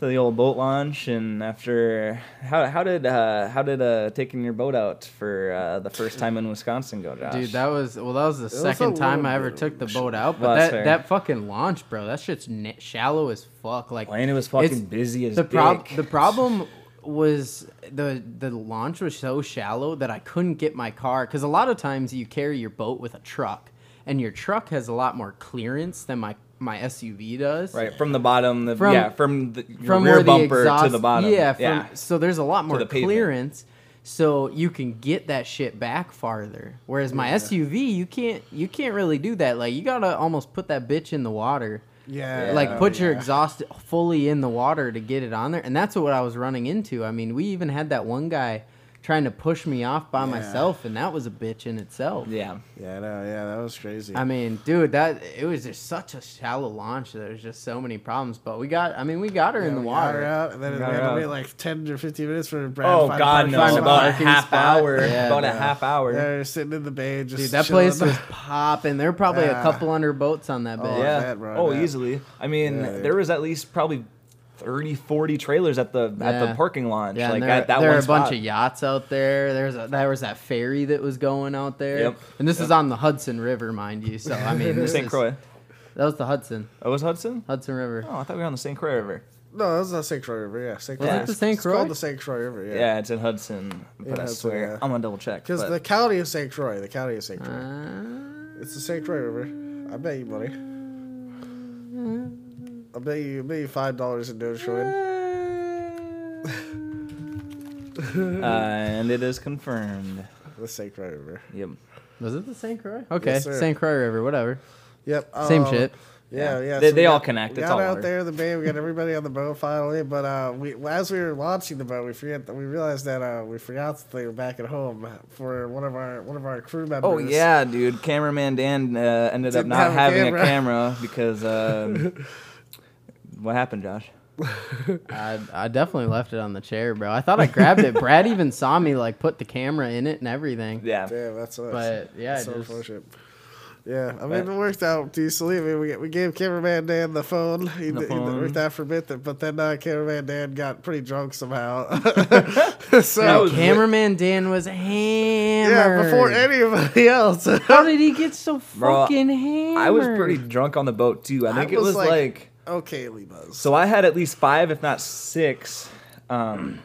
C: to the old boat launch, and after how how did uh, how did uh, taking your boat out for uh, the first time in Wisconsin go, Josh?
A: Dude, that was well. That was the
D: a
A: second time I
D: little
A: ever
D: bit
A: took the boat out.
C: Well,
A: But that,
C: that's fair.
A: that fucking launch, bro. That shit's ni shallow as fuck. Like,
C: Lane, it was
A: it's-
C: fucking busy as
A: the prob-
C: dick.
A: The problem was the the launch was so shallow that I couldn't get my car because a lot of times you carry your boat with a truck, and your truck has a lot more clearance than my my SUV does.
C: Right from the bottom, the,
A: From-
C: yeah, from the
A: from
C: rear
A: where
C: bumper
A: the exhaust,
C: to the bottom.
A: Yeah, from,
C: yeah.
A: so there's a lot more
C: the pavement.
A: clearance, so you can get that shit back farther. Whereas my SUV, you can't you can't really do that. Like you gotta almost put that bitch in the water.
D: Yeah.
A: Like put your
D: yeah.
A: exhaust fully in the water to get it on there, and that's what I was running into. I mean, we even had that one guy trying to push me off by
D: Yeah.
A: myself, and that was a bitch in itself.
C: yeah.
D: Yeah, no, yeah, that was crazy.
A: I mean, dude, that it was just such a shallow launch. There's just so many problems, but we got. I mean, we got her in the
D: we got
A: water.
D: her out, and then we
C: Got
D: had
C: her
D: to wait
C: out.
D: like ten or fifteen minutes for Brad.
C: Oh
D: to
C: God,
D: find a
C: no!
D: parking
A: find a
C: About a
A: parking
C: half
A: spot.
C: hour.
A: Yeah,
C: about a
A: yeah.
C: half hour.
D: They're sitting in the bay, just
A: Dude, that
D: chilling.
A: place was popping. There were probably
D: Yeah.
A: a couple under boats on that
D: Oh,
A: bed.
C: yeah.
D: bet, bro,
C: oh,
D: I bet.
C: easily. I mean,
D: Yeah, dude.
C: there was at least probably 30, 40 trailers at the at the
A: Yeah.
C: parking launch.
A: Yeah,
C: like
A: and there,
C: at that
A: there
C: one
A: are a bunch
C: spot.
A: of yachts out there. There's a, there was that ferry that was going out there.
C: Yep.
A: And this is on the Hudson River, mind you. So I mean, this
C: St.
A: is-
C: Croix.
A: That was the Hudson,
C: Oh, was Hudson?
A: Hudson River.
C: Oh, I thought we were on the St. Croix River.
D: No, that was not St. Croix River. Yeah, St.
A: Was
D: Croix.
A: it the St.
D: It's
A: Croix?
D: called the St. Croix River.
C: Yeah,
D: Yeah,
C: it's in Hudson. But I
D: Hudson,
C: swear,
D: yeah.
C: I'm gonna double check.
D: because
C: but-
D: the county of St. Croix, the county of St. Croix,
A: Uh,
D: it's the St. Croix River. I bet you money. I bet you, I bet you five dollars in Dogecoin.
C: uh, and it is confirmed.
D: The St. Croix River.
C: Yep.
A: Was it the St. Croix? Okay,
D: Yes, sir.
A: St. Croix River, whatever.
D: Yep.
A: Same
C: Oh.
D: um,
A: shit.
D: Yeah, yeah.
C: They-
D: we
C: they all
D: got-
C: connect.
D: We
C: It's
D: got
C: all
D: out
C: water.
D: there in the bay. We got everybody on the boat finally. But uh, we as we were launching the boat, we forget that we realized that uh, we forgot that they were back at home for one of our one of our crew members.
C: Oh yeah, dude. Cameraman Dan uh, ended up
D: Didn't
C: not
D: have a
C: having
D: camera.
C: a camera because um, what happened, Josh?
A: I, I definitely left it on the chair, bro. I thought I grabbed it. Brad even saw me like put the camera in it and everything.
C: Yeah.
D: Damn, that's what.
A: But yeah,
D: that's
A: it
D: so
A: just-
D: unfortunate. Yeah, I mean
C: But-
D: it worked out decently. I mean we, we gave cameraman Dan the phone. He,
C: The
D: d- he d-
C: phone.
D: worked out for a bit, th- but then uh, cameraman Dan got pretty drunk somehow. so
C: That was-
A: Cameraman Dan was hammered.
D: yeah, before anybody else.
A: How did he get so
C: Bro,
A: fucking hammered?
C: I was pretty drunk on the boat too. I think it
D: was
C: was
D: like-
C: like
D: okay, Lee Buzz.
C: So I had at least five, if not six, um,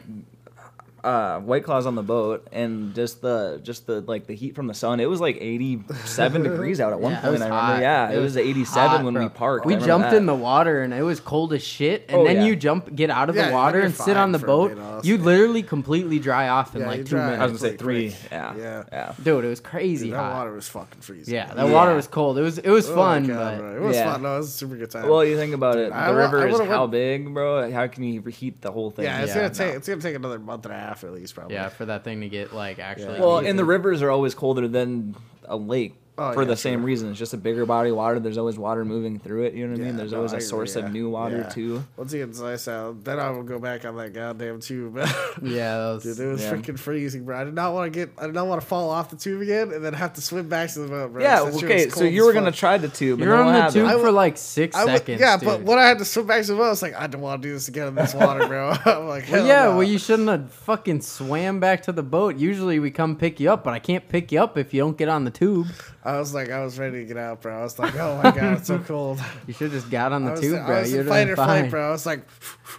C: uh, white claws on the boat, and just the just the like the heat from the sun. It was like eighty-seven degrees out at one
A: Yeah, it
C: point.
A: was
C: I remember.
A: hot.
C: Yeah, it, was, eighty-seven
A: hot,
C: when
A: bro.
C: we parked.
A: We
C: I remember
A: jumped
C: that.
A: in the water and it was cold as shit. And
C: Oh,
A: then
C: yeah.
A: you jump, get out of the
D: Yeah,
A: water
D: you're
A: and sit
D: fine
A: on the
D: for a
A: boat.
D: bit,
A: You
D: honestly.
A: literally completely dry off in
D: Yeah, you
A: like two
D: dry.
C: I was
A: minutes.
C: gonna say
D: Quick,
C: three.
D: quick.
C: Yeah.
D: Yeah.
C: Yeah.
A: Dude, it was crazy
D: Dude, that
A: hot.
D: water was fucking freezing.
A: yeah, that
C: Yeah.
A: water was cold. It was it was
D: Oh my
A: fun, but
D: God, bro. it was
C: Yeah.
D: fun. No, it was a super good time.
C: Well, you think about it.
D: I
C: the
D: wa-
C: river
D: I
C: is
D: would've
C: how
D: went-
C: big, bro? How can you reheat the whole thing?
D: yeah, it's
A: yeah,
D: gonna
A: no.
D: take it's gonna take another month and a half at least, probably.
A: yeah, for that thing to get like actually.
C: Well,
A: heated.
C: and the rivers are always colder than a lake
D: Oh,
C: for
D: yeah,
C: the same reason. It's just a bigger body of water. There's always water moving through it. You know what I mean?
D: Yeah,
C: There's
D: no,
C: always
D: I
C: a
D: agree,
C: source
D: yeah.
C: of new water
D: Yeah.
C: too.
D: Once it gets nice out, then I will go back on that goddamn tube.
A: yeah, that was,
D: Dude, it was
C: Yeah.
D: freaking freezing, bro. I did not want to get, I did not want to fall off the tube again and then have to swim back to the boat, bro.
C: Yeah,
D: That shit was
C: okay. So
D: cold
C: you
D: as
C: were
D: fuck.
C: gonna try the tube.
A: you're
C: and then
A: on
C: what
A: the
C: happened?
A: tube
D: I
A: for
D: would-
A: like six
D: I would-
A: seconds.
D: yeah, but
A: dude.
D: when I had to swim back to the boat, I was like, I don't want to do this again in this water, bro. I'm like,
A: Well,
D: hell
A: yeah,
D: no.
A: well, you shouldn't have fucking swam back to the boat. Usually we come pick you up, but I can't pick you up if you don't get on the tube.
D: I was like, I was ready to get out, bro. I was like, oh my god, it's so cold.
A: You should have just got on
D: I
A: the
D: was,
A: tube, bro.
D: I was
A: You'd
D: in
A: have
D: fight
A: been
D: or
A: fine.
D: flight, bro. I was like,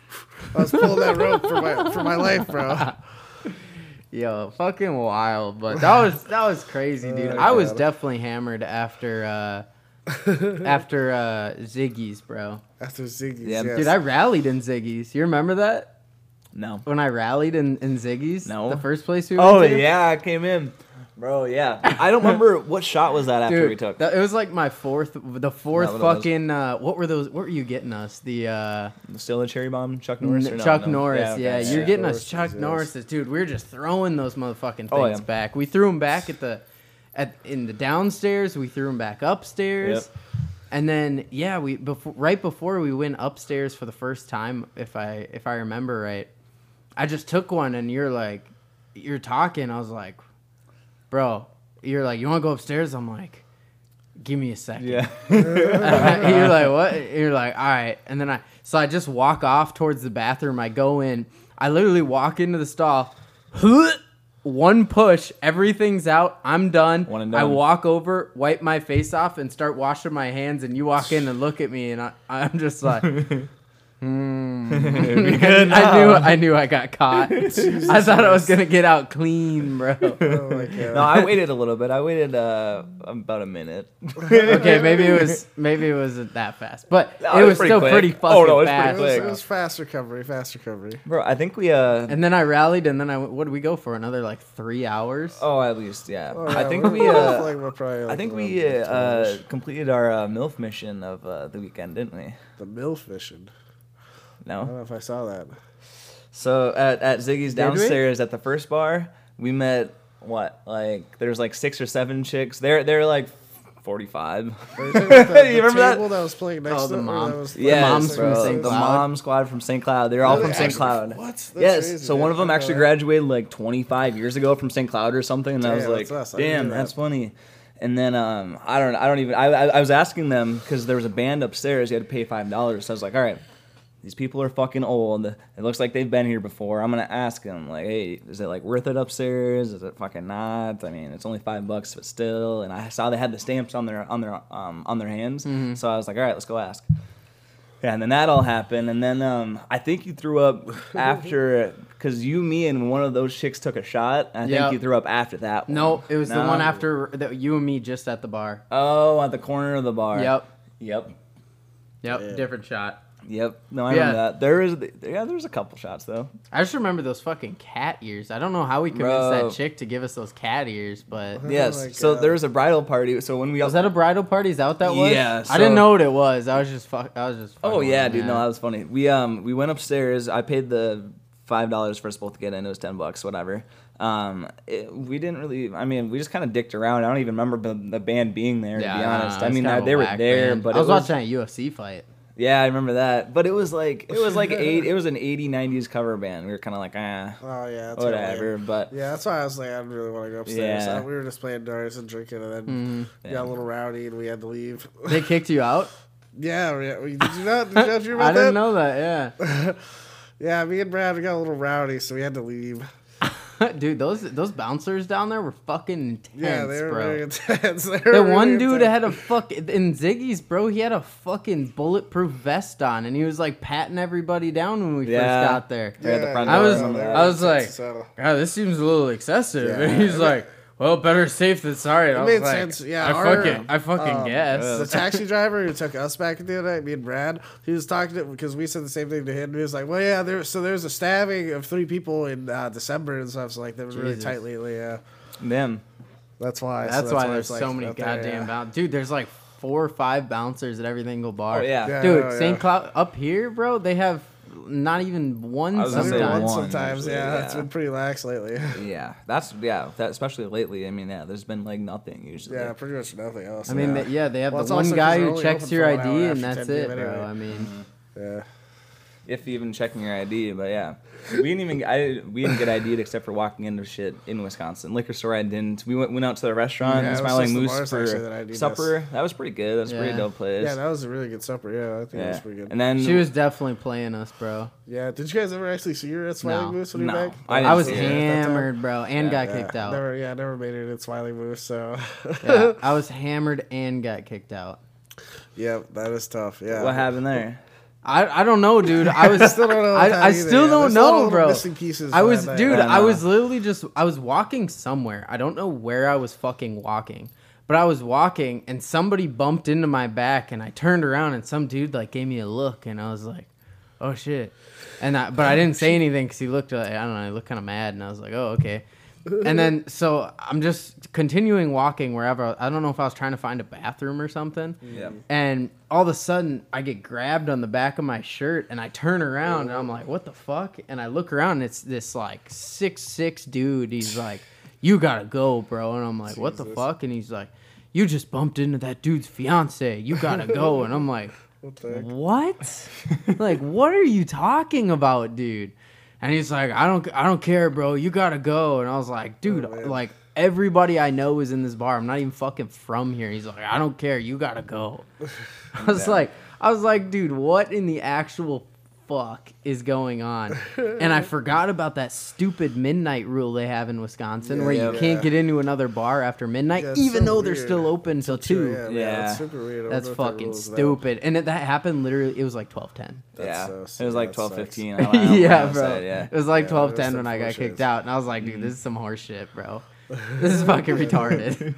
D: I was pulling that rope for my for my life, bro.
A: Yo, fucking wild, but that was that was crazy, dude.
D: Oh,
A: I was
D: God.
A: definitely hammered after uh after uh Ziggy's, bro.
D: After Ziggy's,
C: Yeah,
D: yes.
A: Dude, I rallied in Ziggy's. You remember that?
C: No.
A: When I rallied in, in Ziggy's?
C: No.
A: The first place we
C: Oh
A: went to?
C: yeah, I came in, bro. Yeah, I don't remember what shot was that after
A: Dude,
C: we took
A: that- it was like my fourth, the fourth
C: what it was?
A: fucking. Uh, what were those? What were you getting us? The uh,
C: still a cherry bomb, Chuck Norris, or no,
A: Chuck
C: no?
A: Norris. Yeah,
C: okay,
A: you're getting us
D: Norris
A: Chuck
D: is-
A: Norris's, dude. We were just throwing those motherfucking things
C: Oh, yeah.
A: back. We threw them back at the, at in the downstairs. We threw them back upstairs, and then yeah, we before right before we went upstairs for the first time, if I if I remember right, I just took one and you're like, you're talking. I was like, bro, you're like, you want to go upstairs? I'm like, give me a second.
C: Yeah,
A: you're like, what? You're like, all right. And then I, so I just walk off towards the bathroom. I go in. I literally walk into the stall. One push, everything's out. I'm done.
C: One and
A: I
C: done.
A: walk over, wipe my face off, and start washing my hands. And you walk in and look at me, and I, I'm just like, hmm. I knew, I knew I got caught. I thought I was gonna get out clean, bro.
D: Oh my god.
C: no, I waited a little bit. I waited uh, about a minute.
A: Okay, maybe it was, maybe it wasn't that fast, but
C: No,
A: it
C: it was
A: was
C: pretty
A: still
C: quick.
A: pretty
C: Oh,
A: fucking
C: no, it was pretty
A: fast.
D: It was,
C: quick.
D: it was fast recovery, fast recovery.
C: Bro, I think we uh.
A: And then I rallied, and then I went- what did we go for? Another like three hours.
C: Oh, at least yeah.
D: Oh,
C: I
D: yeah,
C: think
D: we're-
C: we.
D: we're
C: Uh,
D: like- we're probably,
C: I
D: like,
C: think
D: around
C: we uh,
D: the
C: uh,
D: 12-ish.
C: completed our uh, milf mission of uh, the weekend, didn't we?
D: the mill fishing. I don't
C: No.
D: know if I saw that.
C: So at at Ziggy's
A: Did we?
C: downstairs at the first bar, we met what like there's like six or seven chicks. They're they're like forty five.
D: you remember
C: remember that?
D: that? that was playing next
A: Oh,
D: to
A: the
D: it, or
A: mom.
D: that was
A: The
D: playing
C: Yes,
A: mom's
D: next
A: from
C: bro.
D: to it?
A: St.
C: The
A: Cloud.
C: mom squad from St. Cloud. They're all
D: Really?
C: from St.
D: Actually-
C: Cloud.
D: What? That's
C: yes.
D: crazy,
C: so one
D: dude.
C: of them
D: I know
C: actually
D: that.
C: graduated like 25 years ago from St. Cloud or something, and I was
D: Damn,
C: like,
D: that's us. I didn't
C: "Damn,
D: know
C: that's
D: that."
C: funny." And then um, I don't, I don't even. I, I, I was asking them because there was a band upstairs. You had to pay five dollars. So I was like, "All right." These people are fucking old. It looks like they've been here before. I'm gonna ask them, like, hey, is it like worth it upstairs? Is it fucking not? I mean, it's only five bucks, but still. And I saw they had the stamps on their on their um, on their hands,
A: Mm-hmm.
C: so I was like, all right, let's go ask. Yeah, and then that all happened, and then um, I think you threw up after because you, me, and one of those chicks took a shot. and I
A: Yeah.
C: think you threw up after that. One.
A: No, it was the
C: No?
A: one after that you and me just at the bar.
C: Oh, at the corner of the bar.
A: Yep,
C: Yep.
A: yep,
D: Yeah.
A: different shot.
C: Yep. No, I
A: Yeah.
C: remember that. There is, yeah, there's a couple shots though.
A: I just remember those fucking cat ears. I don't know how we convinced
C: Bro. Uh-huh.
A: that chick to give us those cat ears, but
D: Oh my
C: Yes. so
D: God.
C: there was a bridal party. So when we all
A: was that a bridal party? Oh, Is that what that was?
C: Yeah,
A: I didn't
C: so-
A: know what it was. I was just fuck. I was just.
C: Oh
A: fucking
C: yeah,
A: with
C: dude.
A: her,
C: No,
A: man.
C: that was funny. We um we went upstairs. I paid the five dollars for us both to get in. It was ten bucks, whatever. Um, it, we didn't really. I mean, we just kind of dicked around. I don't even remember the, the band being there. to be
A: nah,
C: honest, I
A: it's
C: mean,
A: kind
C: I,
A: of a
C: they were
A: whack
C: there,
A: band.
C: but
A: I was,
C: it was
A: watching a UFC fight.
C: yeah, I remember that. But it was like it was like eight. It was an 80, 90s cover band. We were kind of like ah,
D: Oh yeah, that's
C: whatever.
D: Whatever.
C: But
D: Yeah, that's why I was like, I don't really want to go upstairs.
C: Yeah. Mm,
D: Uh, we were just playing darts and drinking, and then
C: Yeah.
D: got a little rowdy, and we had to leave.
A: They kicked you out.
D: yeah, we, we, did you not? Did you not hear
A: I
D: about that?
A: didn't know that.
D: Yeah, me and Brad we got a little rowdy, so we had to leave.
A: Yeah, dude, those those bouncers down there were fucking intense,
D: Yeah, they were
A: bro.
D: very intense. They
A: The
D: were
A: one
D: really
A: dude
D: intense.
A: had a fuck in Ziggy's, bro. He had a fucking bulletproof vest on, and he was like patting everybody down when we
C: Yeah.
A: first got there.
C: Yeah, at the front
A: I
C: door,
A: was,
C: remember that.
A: I was like,
D: So-
A: God, this seems a little excessive.
D: Yeah.
A: And he's like, well, better safe than sorry. And I was
D: made
A: like,
D: sense, yeah,
A: I
D: our,
A: fucking, I fucking
D: um,
A: guess.
D: the taxi driver who took us back the other night, me and Brad, he was talking to because we said the same thing to him. He was like, "Well, yeah, there. So there was a stabbing of three people in uh, December and stuff. So like, that was really
A: Jesus.
D: tight lately. Yeah,
C: them.
D: that's why. so
A: that's, why, there's
D: it's, like,
A: so many
D: out there,
A: goddamn
D: yeah.
A: bouncers. Dude, there's like four or five bouncers at every single bar.
C: Oh yeah.
D: Yeah.
A: Dude,
D: I know,
A: St.
D: yeah.
A: Cloud up here, bro, they have not even one
C: I was gonna
D: Every
C: say
A: sometimes.
D: once
C: one,
D: sometimes,
C: usually,
D: yeah,
C: yeah.
D: it's been pretty lax lately.
C: Yeah, that's yeah. That especially lately. I mean, yeah, there's been like nothing usually.
D: yeah, pretty much nothing else.
A: I mean,
D: yeah.
A: they, yeah, they have
D: Well, it's
A: the one
D: also 'cause
A: guy
D: they're
A: who
D: only
A: checks
D: open
A: your
D: for an
A: ID,
D: hour
A: and
D: after
A: that's
D: 10
A: it,
D: p.m.
A: bro.
D: anyway.
A: I mean,
D: yeah.
C: if even checking your ID. But yeah, we didn't even I we didn't get ID'd except for walking into shit in Wisconsin. Liquor store I didn't. We went went out to the restaurant,
D: Yeah, it was
C: Smiling
D: just the
C: Moose
D: bars
C: for
D: actually that ID'd us.
C: supper. That was pretty good. That was a pretty
A: Yeah.
C: dope place.
D: Yeah, that was a really good supper. Yeah, I think that was pretty good.
C: And then
A: she was definitely playing us, bro.
D: yeah, did you guys ever actually see her at Smiling
A: No.
D: Moose when you
C: No.
D: were back?
C: I didn't
A: I was
C: see it at
D: that time.
A: hammered, bro, and
C: Yeah,
A: got
D: Yeah,
A: kicked out.
D: Never, yeah, never made it at Smiling Moose. So,
A: Yeah, I was hammered and got kicked out.
D: yeah, that is tough. Yeah,
C: what happened there?
A: I, I don't know, dude. I was
D: Still don't know. what that
A: I, I
D: either,
A: still
D: yeah.
A: don't
D: There's a lot
A: know,
D: of little
A: bro.
D: Missing pieces.
A: I
D: from
A: was,
D: that night.
A: dude. I
C: I know.
A: was literally just, I was walking somewhere. I don't know where I was fucking walking, but I was walking and somebody bumped into my back, and I turned around and some dude like gave me a look, and I was like, oh shit, and I, but I didn't say anything because he looked like I don't know, he looked kind of mad, and I was like, oh okay. and then so I'm just continuing walking wherever I don't know if I was trying to find a bathroom or something.
C: Yeah.
D: Mm-hmm.
A: And all of a sudden I get grabbed on the back of my shirt and I turn around and I'm like, what the fuck? And I look around and it's this like six six dude. He's like, You gotta go, bro. And I'm like, What the
D: Jesus.
A: fuck? And he's like, You just bumped into that dude's fiance. You gotta go. and I'm like,
D: What the heck?
A: what? like, what are you talking about, dude? And he's like, I don't, I don't care, bro. You gotta go. And I was like, dude,
D: Oh, man.
A: like everybody I know is in this bar. I'm not even fucking from here. He's like, I don't care. You gotta go. I was
C: Yeah.
A: like, I was like, dude, what in the actual fuck is going on? And I forgot about that stupid midnight rule they have in Wisconsin, where you
D: Yeah.
A: can't get into another bar after midnight,
D: Yeah, it's
A: even
D: so
A: though they're
D: weird.
A: still open till two.
D: Yeah,
C: Yeah.
D: that's super weird. I
A: That's
D: wonder what that
A: fucking
D: rule is about.
A: stupid. And it, that happened literally. It was like twelve ten.
D: That's
C: yeah,
D: so
C: it was like
D: that
C: twelve
D: sucks.
C: fifteen.
A: yeah, bro.
C: yeah.
A: It was like
D: Yeah,
A: twelve
D: that's Mm.
A: ten
D: some
A: when I got
D: bullshit.
A: kicked out, and I was like, dude, this is some horse shit, bro. This is fucking retarded,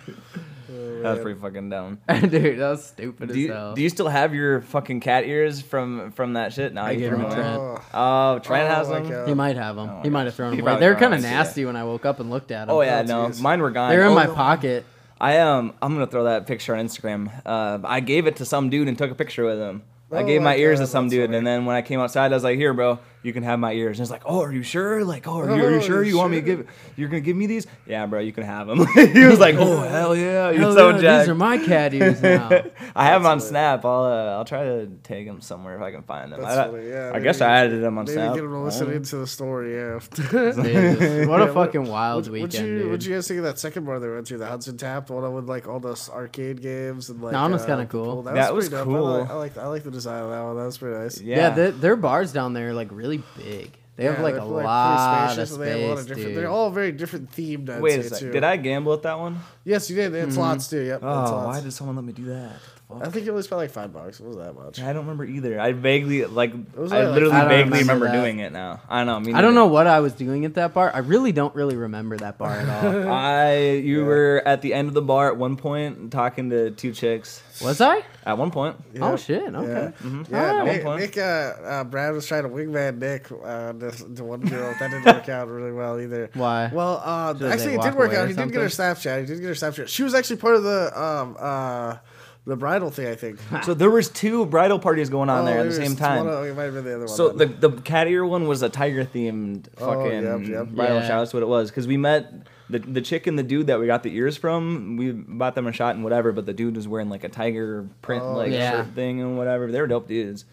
C: That was pretty fucking dumb.
A: dude. That was stupid
C: Do
A: as
C: you,
A: hell.
C: do you still have your fucking cat ears from from that shit? Now
A: I
C: you
A: gave
C: threw
A: him
C: 'em
A: to
C: away?
A: Trent.
D: Oh,
C: Oh, Trent
D: Oh
C: has
D: my
C: them.
D: God.
A: he might have them.
C: my
A: he might
C: gosh.
A: have thrown
C: He
A: them away.
C: probably
A: They're
C: thrown
A: kind of
C: them, yeah.
A: nasty when I woke up and looked at them.
C: Oh yeah, no,
D: jeez.
C: mine were gone.
A: they're in
C: Oh,
A: my
C: no.
A: pocket.
C: I um I'm gonna throw that picture on Instagram. Uh, I gave it to some dude and took a picture with him. I
D: Oh
C: gave my
D: my
C: ears
D: God,
C: to some
D: that's
C: dude,
D: funny.
C: and then when I came outside, I was like, "Here, bro, you can have my ears." And it's like, "Oh, are you sure? Like, oh, are you, are you
D: Oh,
C: sure
D: you
C: you want me to
D: sure?
C: give? You're gonna give me these? Yeah, bro, you can have them." he was like, "Oh, hell yeah, you're
A: Hell
C: so
A: yeah,
C: jacked."
A: These are my cat ears now.
C: I have them on
D: funny.
C: Snap. I'll uh, I'll try to take them somewhere if I can find them.
D: That's
C: I,
D: funny, yeah,
C: I
D: maybe
C: guess
D: you
C: I
D: should-
C: added them on
D: Maybe
C: Snap. Oh.
D: get him to listen into the story. Yeah.
A: Jesus. What
D: Yeah,
A: a fucking wild
D: What'd
A: weekend,
D: you,
A: dude.
D: what'd you guys think of that second bar they went to? The Hudson Tap, the one with like all those arcade games and like. uh,
A: That one was kinda cool.
D: people?
C: That was
D: pretty dope.
C: cool.
D: I like I like the design of that one. That was pretty nice.
A: yeah, their, their bars down there are like really big. They have like
D: they're,
A: a
D: pretty
A: lot of
D: spacious and
A: space,
D: they have a lot of different.
A: dude.
D: They're all very different themed. I'd
C: Wait a
D: say,
C: sec.
D: too.
C: Did I gamble at that one?
A: Mm-hmm.
D: Yes, you did. It's lots too. Yep. it's
C: Oh,
D: lots.
C: why did someone let me do that? fuck?
D: I think you only spent like five bucks. It wasn't that much.
C: I don't remember either. I vaguely like
D: was
C: I
D: like-
C: literally
D: I don't
C: vaguely
A: remember
C: remember,
A: that.
C: doing it now. I know. Me
A: I don't know
C: neither.
A: what I was doing at that bar. I really don't really remember that bar at all.
C: I you were at the end of the bar at one point talking to two chicks.
A: Was I?
C: At one point,
A: Oh, shit, okay.
D: Yeah,
A: Alright.
C: At
D: Yeah, Nick,
C: Mm-hmm. one point.
D: Nick, uh, uh, Brad was trying to wingman Nick, uh, this, the one girl. That didn't work out really well either.
A: Why?
D: Well, uh,
A: they
D: actually, it
A: walk
D: did work
A: away or
D: out. He did get her Snapchat. He did get her Snapchat. She was actually part of the um, uh, the bridal thing, I think.
C: so there was two bridal parties going on
D: Oh,
C: there at
D: maybe
C: the
D: it was
C: same
D: one
C: time.
D: of- it might have been the other one.
C: So
D: then.
C: the the cat ear one was a tiger themed
D: Oh,
C: fucking
D: yep, yep.
C: bridal
A: Yeah.
C: shower. That's what it was. Because we met the the chick and the dude that we got the ears from. We bought them a shot and whatever. But the dude was wearing like a tiger print
D: Oh,
C: like
A: yeah.
C: shirt thing and whatever. They were dope dudes.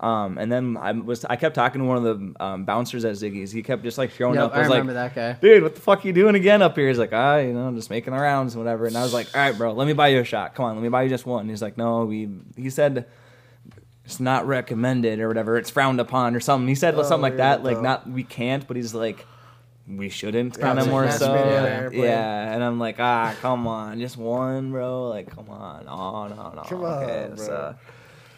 C: Um, and then I was I kept talking to one of the um, bouncers at Ziggy's. He kept just like showing
A: Yep,
C: up. I,
A: I
C: was
A: remember
C: like,
A: that guy.
C: dude, what the fuck you doing again up here? He's like, ah, you know, just making our rounds and whatever. And I was like, all right, bro, let me buy you a shot. Come on, let me buy you just one. He's like, no, we. He said it's not recommended or whatever. It's frowned upon or something. He said something like
D: weird,
C: that. Like
D: though.
C: not we can't, but he's like we shouldn't kind
D: it's
C: of
D: like
C: more
D: masturbating
C: so.
D: on an airplane.
C: Yeah, and I'm like, ah, come on, just one, bro. Like, come on, oh no, no,
D: Come on,
C: it's,
D: bro.
C: uh,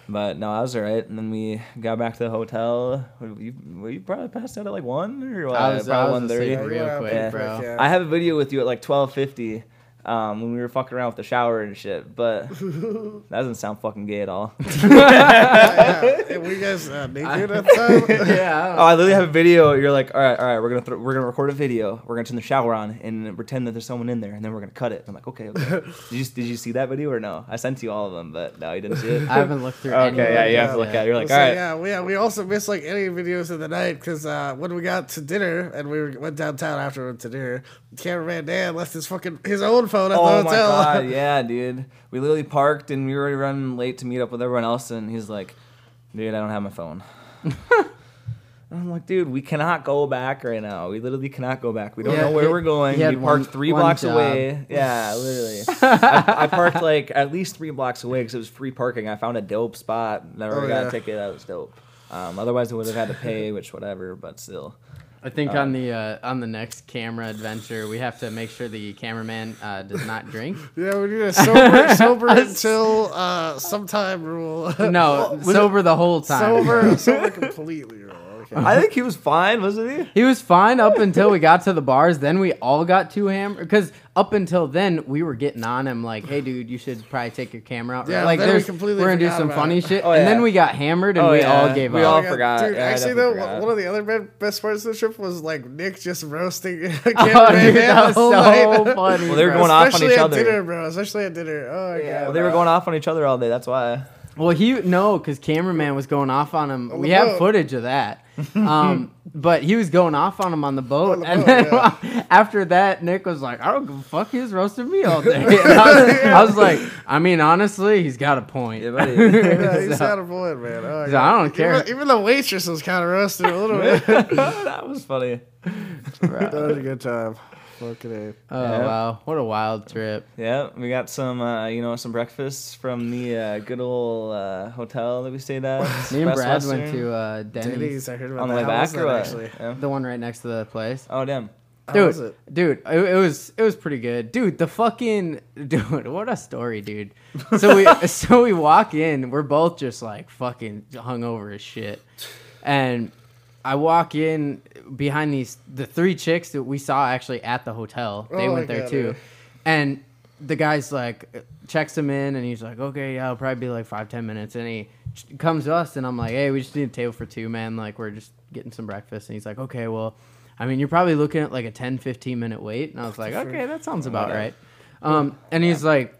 C: but no, I was alright. And then we got back to the hotel. We, we probably passed out at like one or what?
A: I was, I
C: uh, probably
A: was asleep
C: 1:30.
A: real
D: Yeah,
A: quick,
D: yeah.
A: bro.
D: Yeah.
C: I have a video with you at like 12:50 um, when we were fucking around with the shower and shit. But that doesn't sound fucking gay at all.
D: yeah, yeah. were you guys uh, naked at the time?
A: yeah.
C: Oh, I literally have a video. You're like, all right, all right, we're gonna throw we're gonna record a video. We're gonna turn the shower on and pretend that there's someone in there, and then we're gonna cut it. I'm like, okay, okay. did you did you see that video or no? I sent you all of them, but no, you didn't see it.
A: I haven't looked through. any
C: okay,
A: of
C: yeah,
A: it
C: you have
A: yet.
C: to look at. it. You're like,
D: so,
C: all right,
D: yeah, we, yeah, we also missed like any videos of the night because uh, when we got to dinner and we were, went downtown afterward to dinner, cameraman Dan left his fucking his own phone at
C: oh
D: the
C: my
D: hotel.
C: god, yeah, dude. We literally parked and we were already running late to meet up with everyone else, and he's like, dude, I don't have my phone. And I'm like, dude, we cannot go back right now. We literally cannot go back. We don't
A: Yeah,
C: know where
A: he-
C: we're going.
A: he had
C: We parked
A: one-
C: three
A: one
C: blocks
A: job.
C: away. Yeah, literally. I, I parked like at least three blocks away because it was free parking. I found a dope spot. Never
D: Oh,
C: got
D: yeah.
C: a ticket. That was dope. Um, otherwise, I would have had to pay, which whatever, but still.
A: I think
C: Oh.
A: on the uh, on the next camera adventure, we have to make sure the cameraman uh, does not drink.
D: Yeah, we need a sober, sober until uh, sometime rule.
A: No, sober the whole time.
D: sober, sober completely rule. Okay.
C: I think he was fine, wasn't he?
A: He was fine up until we got to the bars. Then we all got too hammered because up until then we were getting on him like, "Hey, dude, you should probably take your camera out."
D: Yeah,
A: like
D: then we
A: there's,
D: completely
A: we're gonna do
D: forgot
A: some
D: about
A: funny
D: it.
A: shit,
C: Oh,
A: and
C: yeah.
A: then we got hammered and
C: Oh,
A: we
C: yeah.
A: all gave
C: We
A: up.
C: all-
D: Yeah,
C: forgot.
D: Dude,
C: Yeah, I
D: actually,
C: definitely
D: though,
C: forgot.
D: one of the other be- best parts of the trip was like Nick just roasting cameraman
A: Oh, dude,
D: Dan
A: that was
D: all
A: so
D: night.
A: funny.
C: Well, they were
A: bro.
C: going off on
D: Especially
C: each
D: at
C: other.
D: dinner, bro. Especially at dinner. Oh my god.
C: Well, they were going off on each other all day. That's why.
A: Well, he no, because cameraman was going off on him.
D: On
A: we
D: the
A: have
D: boat.
A: footage of that. Um, but he was going off on him on the boat,
D: On the
A: and
D: boat,
A: then
D: yeah.
A: after that, Nick was like, "I don't give a fuck. He was roasting me all day." And I, was, I was like, "I mean, honestly, he's got a point."
C: Yeah, buddy.
D: Yeah, he's out of boy, man. Oh, my
A: So,
D: God.
A: I don't care.
D: Even, even the waitress was kind of roasted a little bit. that
C: that was funny.
D: was a good time. Fucking A.
A: Oh
C: Yeah.
A: wow, what a wild trip!
C: Yeah, we got some, uh, you know, some breakfasts from the uh, good old uh, hotel that we stayed at.
A: Me and
C: Best
A: Brad went
C: Western.
A: to uh, Denny's,
D: Denny's, I heard about
C: on the
D: that.
C: way
D: How was
C: back or
D: that,
C: what?
D: actually?
C: Yeah.
A: the one right next to the place.
C: Oh damn!
D: How
A: Dude,
D: was it?
A: dude, it, it was it was pretty good, dude. The fucking dude, what a story, dude. So we so we walk in, we're both just like fucking hungover as shit, and I walk in behind these the three chicks that we saw actually at the hotel. They
D: Oh,
A: went
D: I
A: there
D: got
A: too,
D: it.
A: and the guy's like checks him in, and he's like, okay, yeah, it'll probably be like five ten minutes, and he ch- comes to us, and I'm like, hey, we just need a table for two, man. Like we're just getting some breakfast, and he's like, okay, well. I mean, you're probably looking at like a 10, 15 minute wait. And I was like, okay, that sounds about right. Um, and he's like,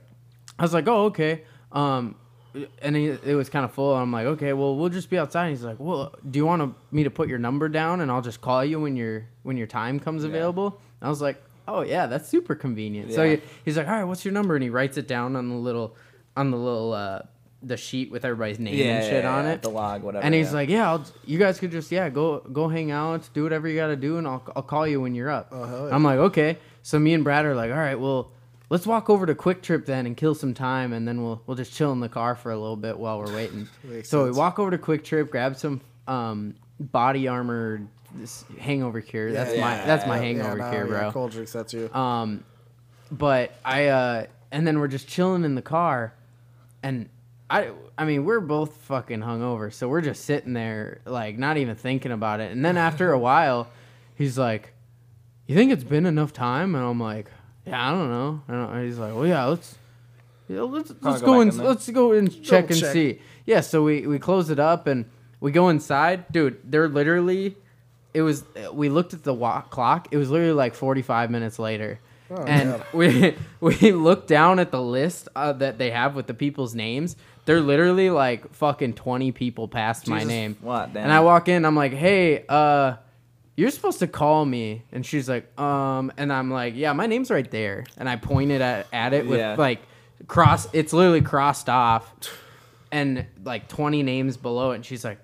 A: I was like, oh, okay. Um, and he, it was kind of full. I'm like, okay, well, we'll just be outside. And he's like, well, do you want to, me to put your number down and I'll just call you when your when your time comes available? And I was like, oh yeah, that's super convenient. So
C: Yeah.
A: he, he's like, all right, what's your number? And he writes it down on the little on the little uh, the sheet with everybody's name and shit on it.
C: The log, whatever.
A: And he's
C: yeah.
A: like, "Yeah, I'll, you guys could just yeah go go hang out, do whatever you gotta do, and I'll I'll call you when you're up."
D: Oh, hell yeah.
A: I'm like, "Okay." So me and Brad are like, "All right, well, let's walk over to Quick Trip then and kill some time, and then we'll we'll just chill in the car for a little bit while we're waiting."
D: Makes
A: so we
D: sense.
A: walk over to Quick Trip, grab some um, body armor this hangover cure. that's my that's my
D: Yeah,
A: hangover
D: no,
A: cure,
D: yeah,
A: bro.
D: cold drinks, that's you.
A: Um, but I uh, and then we're just chilling in the car, and I I mean, we're both fucking hungover, so we're just sitting there like not even thinking about it. And then after a while, he's like, "You think it's been enough time?" And I'm like, "Yeah, I don't know." I don't, and he's like, "Well, yeah, let's yeah, let's let's
C: go
A: go,
C: back
A: and
C: in there.
A: let's go and check and
D: check.
A: see." Yeah, so we we close it up and we go inside, dude. They're literally. It was. We looked at the wa- clock. It was literally like forty-five minutes later,
C: Oh,
A: and we we looked down at the list uh, that they have with the people's names. They're literally like fucking twenty people past my
C: Jesus,
A: name.
C: what, damn.
A: And I walk in. I'm like, hey, uh, you're supposed to call me. And she's like, um, and I'm like, yeah, my name's right there. And I pointed at at it with
C: Yeah.
A: like cross. It's literally crossed off and like 20 names below it. And she's like,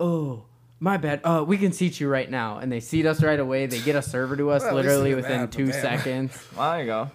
A: oh, my bad. Uh, we can seat you right now. And they seat us right away. They get a server to us
D: Well, at least
A: literally
D: they did
A: within
D: that, but
A: two
D: damn.
A: seconds.
C: Well, there you go.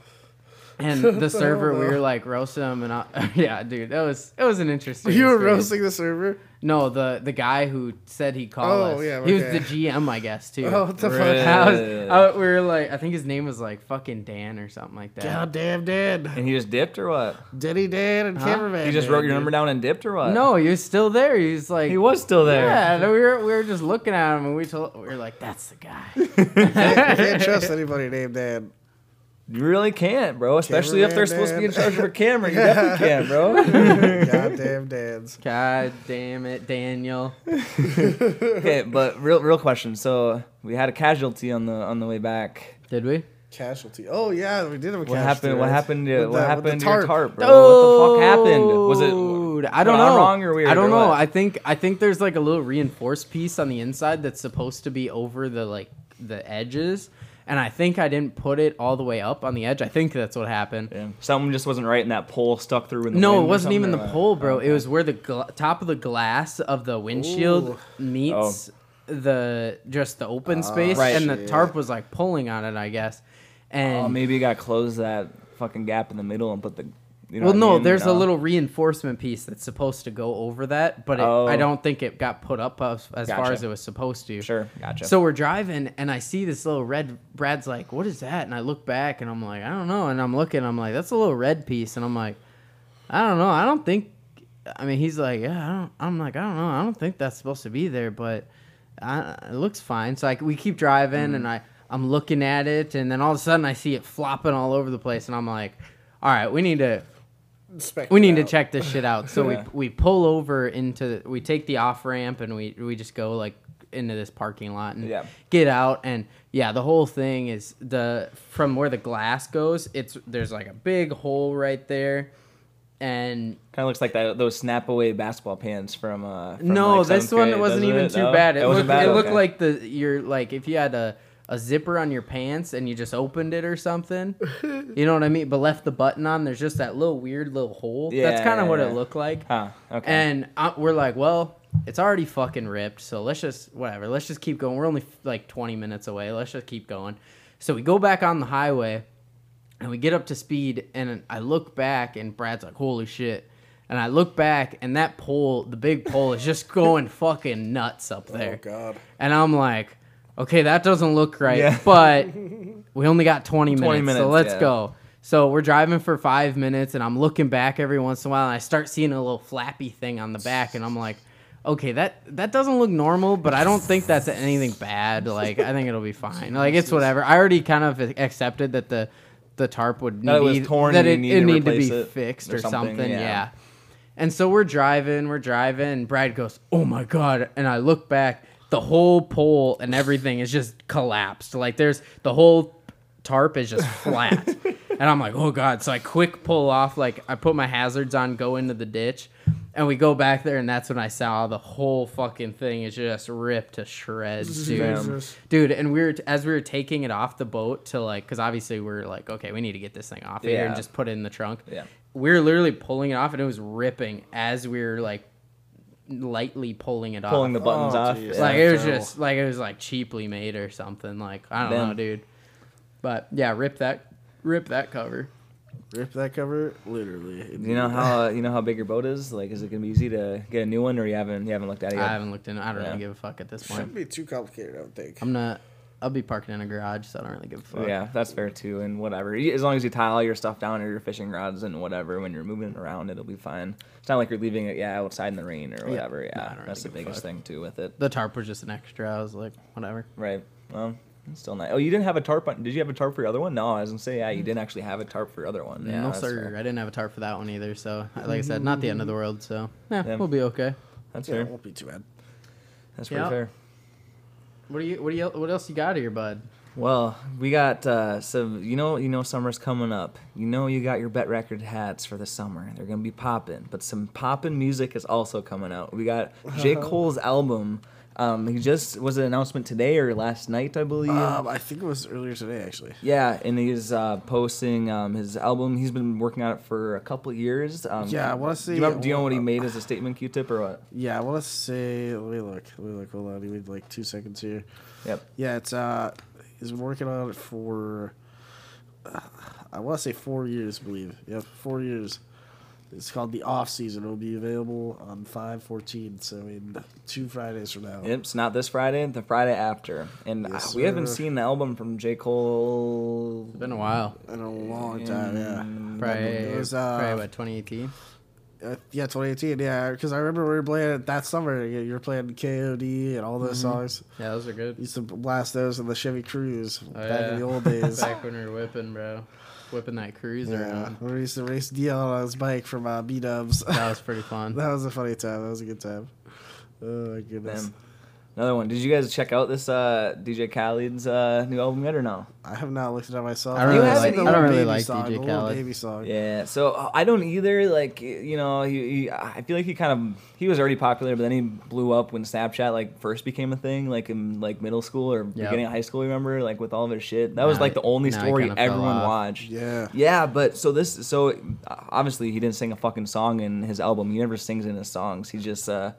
A: And the server, we were like, roast him. And I, yeah, dude, that was, it was an interesting
D: You were
A: experience.
D: roasting the server.
A: No, the, the guy who said he'd call
D: Oh,
A: us.
D: yeah,
A: He was
D: okay.
A: the GM, I guess, too.
D: Oh, what the
C: Really?
D: fuck?
A: I was, I, we were like, I think his name was like fucking Dan or something like that.
D: Goddamn Dan,
C: And he just dipped or what?
D: Denny Dan, and
A: Huh?
D: cameraman.
C: He just
D: Dan,
C: wrote your
D: dude.
C: number down and dipped or what?
A: No, he was still there. He was like,
C: He was still there.
A: Yeah, no, we were we were just looking at him and we told we were like, that's the guy.
D: You can't trust anybody named Dan.
C: You really can't, bro. Especially if they're supposed to be in charge of a camera. You definitely can't, bro.
D: Goddamn Dan's.
A: God damn it, Daniel.
C: okay, but real real question. So we had a casualty on the on the way back.
A: Did we?
D: Casualty. Oh yeah, we did have a
C: What
D: casualty.
C: happened? What
D: right?
C: happened to
D: With
C: what
D: the- with the
C: happened to your
D: tarp.
C: tarp, bro? what the fuck happened? Was
A: Dude,
C: it
A: I don't
C: went on
A: know.
C: wrong or weird?
A: I don't
C: or
A: know.
C: what?
A: I think I think there's like a little reinforced piece on the inside that's supposed to be over the like the edges. And I think I didn't put it all the way up on the edge. I think that's what happened.
C: Yeah. Something just wasn't right, and that pole stuck through. In the
A: No,
C: wind
A: it
C: or
A: wasn't
C: something,
A: even
C: or
A: the
C: what?
A: pole, bro. It was where the gla- top of the glass of the windshield meets the just the open space,
C: Oh. Ah. Right.
A: and the
D: shit.
A: tarp was like pulling on it, I guess. And
C: Oh, maybe you got to close that fucking gap in the middle and put the. You know
A: well,
C: what I
A: no,
C: mean?
A: there's
C: No.
A: a little reinforcement piece that's supposed to go over that, but it,
C: Oh.
A: I don't think it got put up as, as far
C: Gotcha.
A: as it was supposed to.
C: Sure, gotcha.
A: So we're driving, and I see this little red. Brad's like, "What is that?" And I look back, and I'm like, "I don't know." And I'm looking, I'm like, "That's a little red piece," and I'm like, "I don't know. I don't think." I mean, he's like, "Yeah, I don't." I'm like, "I don't know. I don't think that's supposed to be there, but I, it looks fine." So like, we keep
C: Mm-hmm.
A: driving, and I I'm looking at it, and then all of a sudden I see it flopping all over the place, and I'm like, "All right, we need to."
D: Inspect
A: we
D: it
A: need to
D: out.
A: check this shit out. So
C: Yeah.
A: we we pull over into we take the off ramp and we we just go like into this parking lot and
C: Yeah.
A: get out and yeah, the whole thing is the from where the glass goes, it's there's like a big hole right there. And
C: Kind of looks like that, those snap away basketball pants from. Uh, from
A: no,
C: like,
A: this
C: seventh
A: one
C: grade,
A: wasn't
C: doesn't
A: even
C: it?
A: too
C: No?
A: bad. It, looked,
C: wasn't bad?
A: it looked
C: Okay.
A: like the you're like if you had a a zipper on your pants and you just opened it or something, you know what I mean? But left the button on. There's just that little weird little hole. That's
C: Yeah,
A: kind of
C: yeah,
A: what
C: yeah.
A: it looked like.
C: Huh. Okay.
A: And I, we're like, well, it's already fucking ripped, so let's just whatever. Let's just keep going. We're only like 20 minutes away. Let's just keep going. So we go back on the highway, and we get up to speed, and I look back, and Brad's like, holy shit. And I look back, and that pole, the big pole, is just going fucking nuts up there.
D: Oh god.
A: And I'm like, okay, that doesn't look right,
C: Yeah.
A: but we only got 20 minutes,
C: 20
A: so
C: minutes,
A: let's
C: yeah.
A: go. So we're driving for five minutes, and I'm looking back every once in a while, and I start seeing a little flappy thing on the back, and I'm like, okay, that that doesn't look normal, but I don't think that's anything bad. Like, I think it'll be fine. Like, it's whatever. I already kind of accepted that the the tarp would need
C: That it was torn
A: that
C: and you
A: it,
C: need
A: it need to
C: to replace
A: be
C: it
A: fixed
C: or
A: or something.
C: something,
A: yeah.
C: yeah.
A: And so we're driving, we're driving, and Brad goes, "Oh my god!" And I look back, the whole pole and everything is just collapsed. Like there's the whole tarp is just flat, and I'm like, "Oh god!" So I quick pull off, like I put my hazards on, go into the ditch, and we go back there, and that's when I saw the whole fucking thing is just ripped to shreds, dude
D: Jesus.
A: dude and we were as we were taking it off the boat to like because obviously we are like okay we need to get this thing off here and
C: Yeah.
A: just put it in the trunk
C: Yeah.
A: we were literally pulling it off and it was ripping as we were like lightly pulling it
C: pulling the
A: off
C: buttons
D: Oh,
C: off.
D: geez.
C: yeah.
A: like it was
D: terrible.
A: just like it was like cheaply made or something like i don't know
C: Damn.
A: dude but yeah rip that rip that cover
D: Rip that cover, literally.
C: You know how uh, you know how big your boat is? Like, is it gonna be easy to get a new one, or you haven't you haven't looked at it
A: i
C: yet?
A: haven't looked in i don't
C: Yeah.
A: really give a fuck at this point
D: Shouldn't be too complicated, I don't think.
A: i'm not I'll be parking in a garage, so I don't really give a fuck.
C: Yeah, that's fair too, and whatever. Y- As long as you tie all your stuff down or your fishing rods and whatever when you're moving it around, it'll be fine. It's not like you're leaving it, yeah, outside in the rain or whatever. Yeah,
A: Nah, I don't really
C: that's the
A: give a
C: biggest
A: fuck.
C: thing too with it.
A: The tarp was just an extra. I was like, whatever.
C: Right. Well, it's still nice. Oh, you didn't have a tarp on? Did you have a tarp for your other one? No, I was gonna say yeah, you didn't actually have a tarp for your other one. Yeah,
A: Mm. no
C: that's
A: sir,
C: Fair.
A: I didn't have a tarp for that one either. So like I said, not the end of the world. So yeah,
C: Yeah.
A: we'll be okay.
C: That's
D: Yeah,
C: fair.
D: it won't be too bad.
C: That's pretty
A: Yeah.
C: fair.
A: What do you? What do you? What else you got here, bud?
C: Well, we got uh, some. You know, you know, summer's coming up. You know, you got your bet record hats for the summer. They're gonna be popping, but some poppin' music is also coming out. We got J Cole's album. Um, he just was an announcement today or last night, I believe.
D: Um, I think it was earlier today actually.
C: yeah, and he's uh, posting um, his album. He's been working on it for a couple years. Um,
D: Yeah, I wanna
C: Do
D: see- Uh,
C: you, remember- do you know what he made as a statement, Q-tip, or what?
D: Yeah, I want to say. Let me look. Let me look. Hold on. You need like two seconds here.
C: Yep.
D: Yeah, it's uh, he's been working on it for. uh, I want to say four years, I believe. Yeah, four years. It's called the off season. It'll be available on five fourteen. So in two Fridays from now.
C: Yep, it's not this Friday, the Friday after. And
D: Yes,
C: uh, we haven't
D: sir.
C: seen the album from J. Cole.
A: It's been a while.
D: In a long time. Yeah.
A: Probably,
D: it was,
A: probably
D: uh,
A: what 2018.
D: Uh, yeah, 2018. Yeah, because I remember we were playing it that summer. You you were playing KOD and all
A: Mm-hmm.
D: those songs.
A: Yeah, those are good.
D: Used to blast those in the Chevy Cruise
A: Oh,
D: back in
A: yeah.
D: the old days.
A: Back when we were whipping, bro, whipping that cruiser.
D: Yeah,
A: around.
D: we used to race Dion on his bike from uh, B Dubs.
A: That
D: that
A: was pretty fun.
D: was a funny time. That was a good time. Oh my goodness!
C: Them. Another one. Did you guys check out this uh, DJ Khaled's uh, new album yet or no?
D: I have not looked it up myself.
A: I don't
C: You
A: really
C: haven't
A: like.
C: even-
A: I don't really
D: Baby
A: like
D: song, the
A: DJ
D: little
A: Khaled.
D: Baby song.
C: Yeah. So uh, I don't either. Like y- you know, he, he, I feel like he kind of he was already popular, but then he blew up when Snapchat like first became a thing, like in like middle school or beginning of high school. Remember, like with all of his shit. That was
A: Now-
C: like the only
A: now he
C: story
A: kinda fell
C: everyone
A: off.
C: watched.
D: Yeah.
C: Yeah, but so this, so uh, obviously he didn't sing a fucking song in his album. He never sings in his songs. He just uh,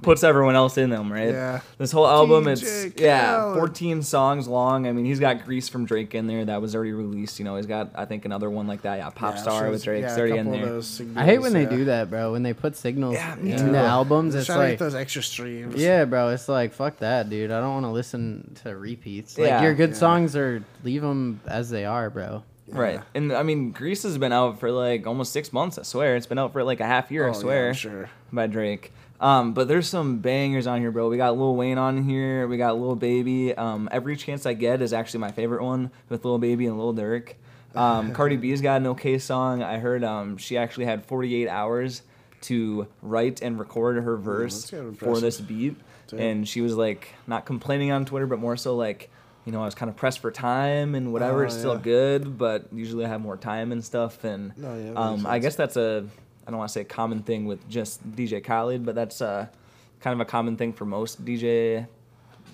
C: puts everyone else in them, right?
D: Yeah.
C: This whole album, it's
D: DJ
C: yeah,
D: Khaled.
C: fourteen songs long. I mean, he's got Grease from Drake in there that was already released. You know, he's got I think another one like that. Yeah, Pop
D: Yeah,
C: Star
D: shows-
C: with Drake,
D: yeah,
C: it's
D: a
C: already in
D: couple of
C: there.
D: those singles,
A: I hate when they
D: yeah.
A: do that, bro. When they put signals
C: Yeah, me
A: in
C: too.
A: the albums,
D: They're
A: it's
D: trying to
A: like
D: get those extra streams.
A: Yeah, bro. It's like fuck that, dude. I don't want to listen to repeats. Like
C: Yeah.
A: your good
D: Yeah.
A: songs are leave them as they are, bro.
C: Right, and I mean, Grease has been out for like almost six months. I swear, it's been out for like a half year.
D: Oh,
C: I
D: yeah,
C: swear.
D: I'm sure.
C: by Drake. Um, but there's some bangers on here, bro. We got Lil Wayne on here. We got Lil Baby. Um, Every Chance I Get is actually my favorite one with Lil Baby and Lil Durk. Um, Cardi B's got an okay song. I heard um, she actually had 48 hours to write and record her verse
D: that's kind of
C: for this beat.
D: Damn.
C: And she was like, not complaining on Twitter, but more so like, you know, I was kind of pressed for time and whatever.
D: Oh,
C: it's still
D: yeah.
C: good, but usually I have more time and stuff. And
D: No, yeah, that
C: um,
D: makes
C: I
D: sense.
C: guess that's a I don't want to say a common thing with just DJ Khaled, but that's uh, kind of a common thing for most DJ,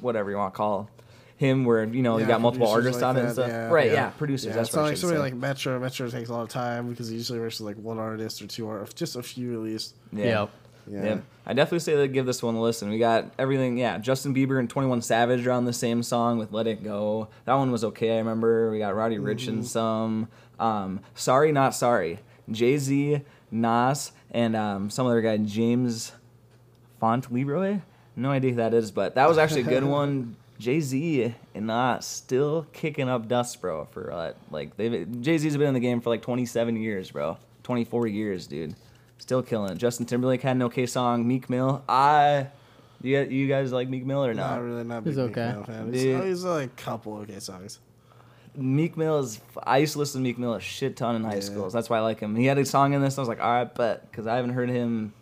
C: whatever you want to call him, where you know you
D: Yeah,
C: got multiple
D: producers
C: artists
D: like
C: on it and
D: that,
C: stuff.
D: yeah.
C: right? Yeah,
D: Yeah.
C: producers.
D: Yeah,
C: that's
D: it's not
C: what
D: like
C: I should
D: somebody
C: say.
D: like Metro. Metro takes a lot of time because it usually works with like one artist or two artists, just a few at least.
C: yeah.
D: Yeah.
C: Yep. I definitely say that give this one a listen. We got everything. Yeah, Justin Bieber and Twenty One Savage are on the same song with "Let It Go." That one was okay. I remember we got Roddy Rich
D: Mm-hmm.
C: and some. Um, sorry, not sorry. Jay Z, Nas, and um, some other guy, James Font Leroy. No idea who that is, but that was actually a good one. Jay Z and Nas still kicking up dust, bro. For uh, like they Jay Z's been in the game for like 27 years, bro. 24 years, dude. Still killing. Justin Timberlake had an okay song. Meek Mill. I, you guys, you guys like Meek Mill or
D: Not
C: not?
D: really not a
A: He's
D: big Meek
A: okay.
D: Mill fan. He's,
C: Dude.
D: oh, he's like a couple okay songs.
C: Meek Mill is. I used to listen to Meek Mill a shit ton in high
D: Yeah.
C: school. So that's why I like him. He had a song in this. I was like, all right, but because I haven't heard him.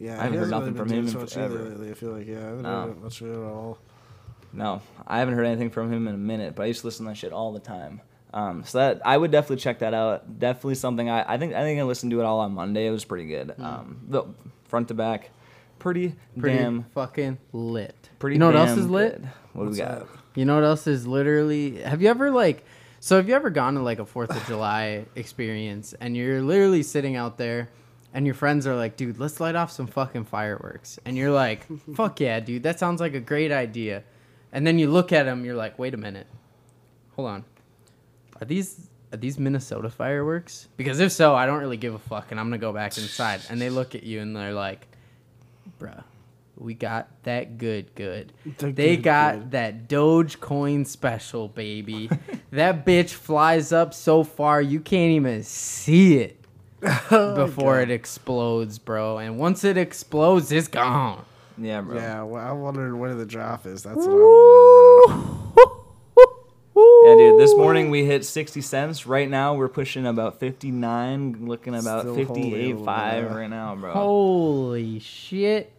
D: Yeah,
C: I haven't
D: he
C: heard
D: hasn't
C: nothing
D: really
C: from
D: been
C: him
D: doing
C: in
D: much either
C: forever.
D: lately, I feel like yeah, I haven't
C: No.
D: heard much of it at all.
C: No, I haven't heard anything from him in a minute, but I used to listen to that shit all the time. Um, so that I would definitely check that out. Definitely something I, I think I think I listened to it all on Monday. It was pretty good. Um, the front to back, pretty,
A: Hmm. Pretty
C: damn,
A: fucking lit.
C: pretty.
A: You know what else
C: damn
A: is lit?
C: good. What do we
D: What's
C: got?
D: that?
A: You know what else is literally? Have you ever like? So have you ever gone to like a Fourth of July experience and you're literally sitting out there? And your friends are like, dude, let's light off some fucking fireworks. And you're like, fuck yeah, dude, that sounds like a great idea. And then you look at them, you're like, wait a minute. Hold on. Are these are these Minnesota fireworks? Because if so, I don't really give a fuck and I'm gonna go back inside. And they look at you and they're like, bruh, we got that good good.
D: The
A: they
D: good
A: got
D: good.
A: that Dogecoin special, baby. that bitch flies up so far you can't even see it
D: Oh,
A: before it explodes, bro. And once it explodes, it's gone.
C: Yeah, bro.
D: Yeah, well, I'm wondering where the drop is. That's what I'm
C: Yeah, dude. This morning we hit 60 cents. Right now we're pushing about 59, looking about
D: Still holding a little
C: 58.5
D: bit.
C: right now, bro.
A: Holy shit.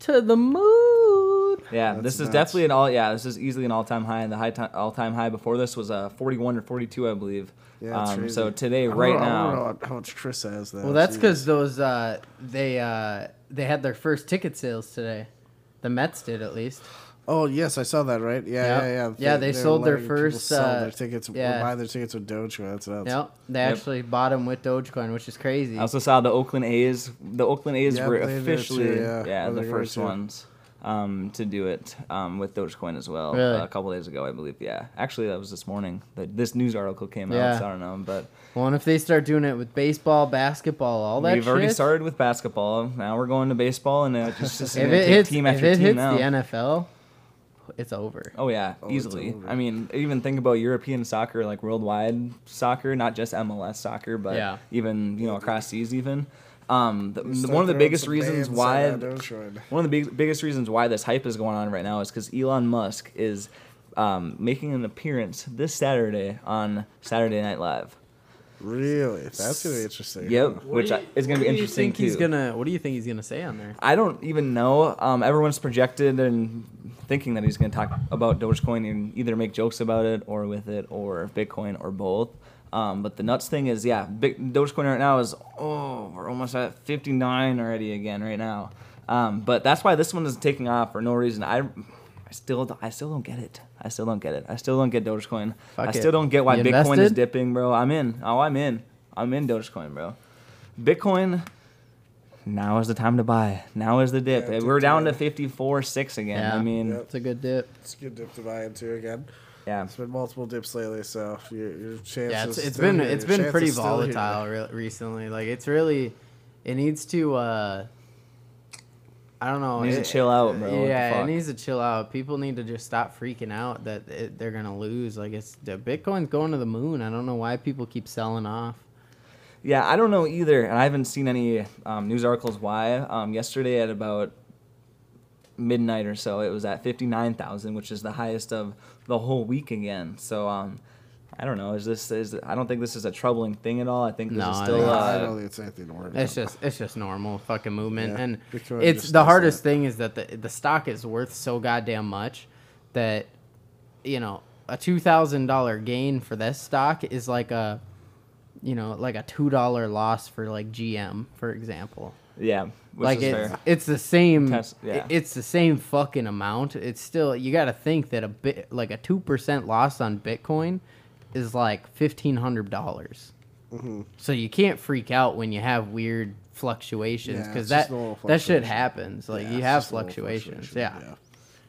A: To the moon.
C: yeah,
D: That's
C: this is
D: nuts.
C: definitely an all. Yeah, this is easily an all-time high. And the high ti- all-time high before this was uh 41 or 42, I believe.
D: Yeah, it's
C: um, so
D: crazy.
C: today,
D: I don't
C: right
D: know-
C: now,
D: I don't know how much Chris has. Though,
A: Well, that's
D: too.
A: because those uh, they uh, they had their first ticket sales today. The Mets did at least.
D: Oh yes, I saw that. Right? Yeah,
A: Yep.
D: yeah, yeah.
A: Yeah, they
D: they're
A: sold their
D: letting people
A: first,
D: sell
A: uh,
D: their tickets.
A: yeah.
D: Or buy their tickets with Dogecoin. That's nuts.
A: Yep, they
C: Yep.
A: actually bought them with Dogecoin, which is crazy.
C: I also saw the Oakland A's. The Oakland A's
D: Yeah,
C: were
D: they did too,
C: officially
D: yeah.
C: yeah,
D: Oh,
C: the
D: they were
C: first
D: too.
C: ones um, to do it um, with Dogecoin as well.
A: Really?
C: Uh, a couple days ago, I believe. Yeah, actually, that was this morning. That this news article came
A: Yeah.
C: out. So I don't know, but
A: Well, and if they start doing it with baseball, basketball, all that
C: we've already
A: shit,
C: started with basketball. Now we're going to baseball, and uh, just, just
A: if
C: gonna
A: it
C: take
A: hits,
C: team
A: if
C: after
A: it
C: team
A: hits
C: now.
A: the NFL, it's over.
C: Oh yeah,
D: Oh, it's
C: easily.
D: over.
C: I mean, even think about European soccer, like worldwide soccer, not just MLS soccer, but
A: Yeah.
C: even you know across seas. Even um, the,
D: Start
C: one of the
D: throwing
C: biggest
D: some
C: reasons
D: bands
C: why
D: on that Dogecoin.
C: One of the big, biggest reasons why this hype is going on right now is because Elon Musk is um, making an appearance this Saturday on Saturday Night Live.
D: Really? That's gonna be interesting.
C: Yep, which I, is going to be interesting
A: Think he's
C: too.
A: gonna, what do you think he's gonna say on there?
C: I don't even know. Um, everyone's projected and thinking that he's going to talk about Dogecoin and either make jokes about it or with it or Bitcoin or both. Um, but the nuts thing is, yeah, Bit- Dogecoin right now is oh, we're almost at 59 already again right now. Um, but that's why this one is taking off for no reason. I, I still, I still don't get it. I still don't get it. I still don't get Dogecoin.
A: Fuck
C: I
A: it.
C: still don't get why
A: You
C: Bitcoin is
A: invested?
C: dipping, bro. I'm in. Oh, I'm in. I'm in Dogecoin, bro. Bitcoin now is the time to buy. Now is the dip.
D: Yeah, it's
C: We're
D: a
C: down to
D: dip.
C: fifty four six again.
A: Yeah.
C: I mean,
D: Yep.
A: It's a good dip.
D: It's a good dip to buy into again.
C: yeah.
D: It's been multiple dips lately, so your, your chances.
A: Yeah, it's, it's
D: still
A: been
D: here.
A: it's
D: Your
A: been
D: chance
A: pretty
D: is still here.
A: volatile re- recently. Like it's really, it needs to. uh I don't know.
C: It needs to chill out, bro. What the
A: Yeah, it
C: fuck?
A: needs to chill out. People need to just stop freaking out that it, they're gonna lose. Like it's the Bitcoin's going to the moon. I don't know why people keep selling off.
C: Yeah, I don't know either, and I haven't seen any um, news articles why. Um, yesterday at about midnight or so, it was at fifty nine thousand, which is the highest of the whole week again. So um, I don't know. Is this is I don't think this is a troubling thing at all. I think this
A: No,
C: is
A: I
C: still.
A: think
D: Yeah,
A: it's-
C: uh,
D: I don't think it's anything to worry about.
A: It's just it's just normal fucking movement,
D: Yeah,
A: and
D: Bitcoin
A: it's
D: just
A: the
D: does
A: hardest
D: that.
A: thing is that the the stock is worth so goddamn much that you know a two thousand dollar gain for this stock is like a you know like a two dollar loss for like GM for example.
C: yeah, which
A: like
C: is
A: it's
C: fair.
A: it's the same
C: Tes- yeah.
A: it- it's the same fucking amount. It's still you got to think that a bit like a two percent loss on Bitcoin is like fifteen hundred dollars.
D: Mm-hmm.
A: So you can't freak out when you have weird fluctuations
D: Yeah,
A: because
D: it's just normal
A: that that shit
D: fluctuation.
A: happens. Like
D: Yeah,
A: you
D: it's
A: have
D: just normal
A: fluctuations.
D: fluctuation,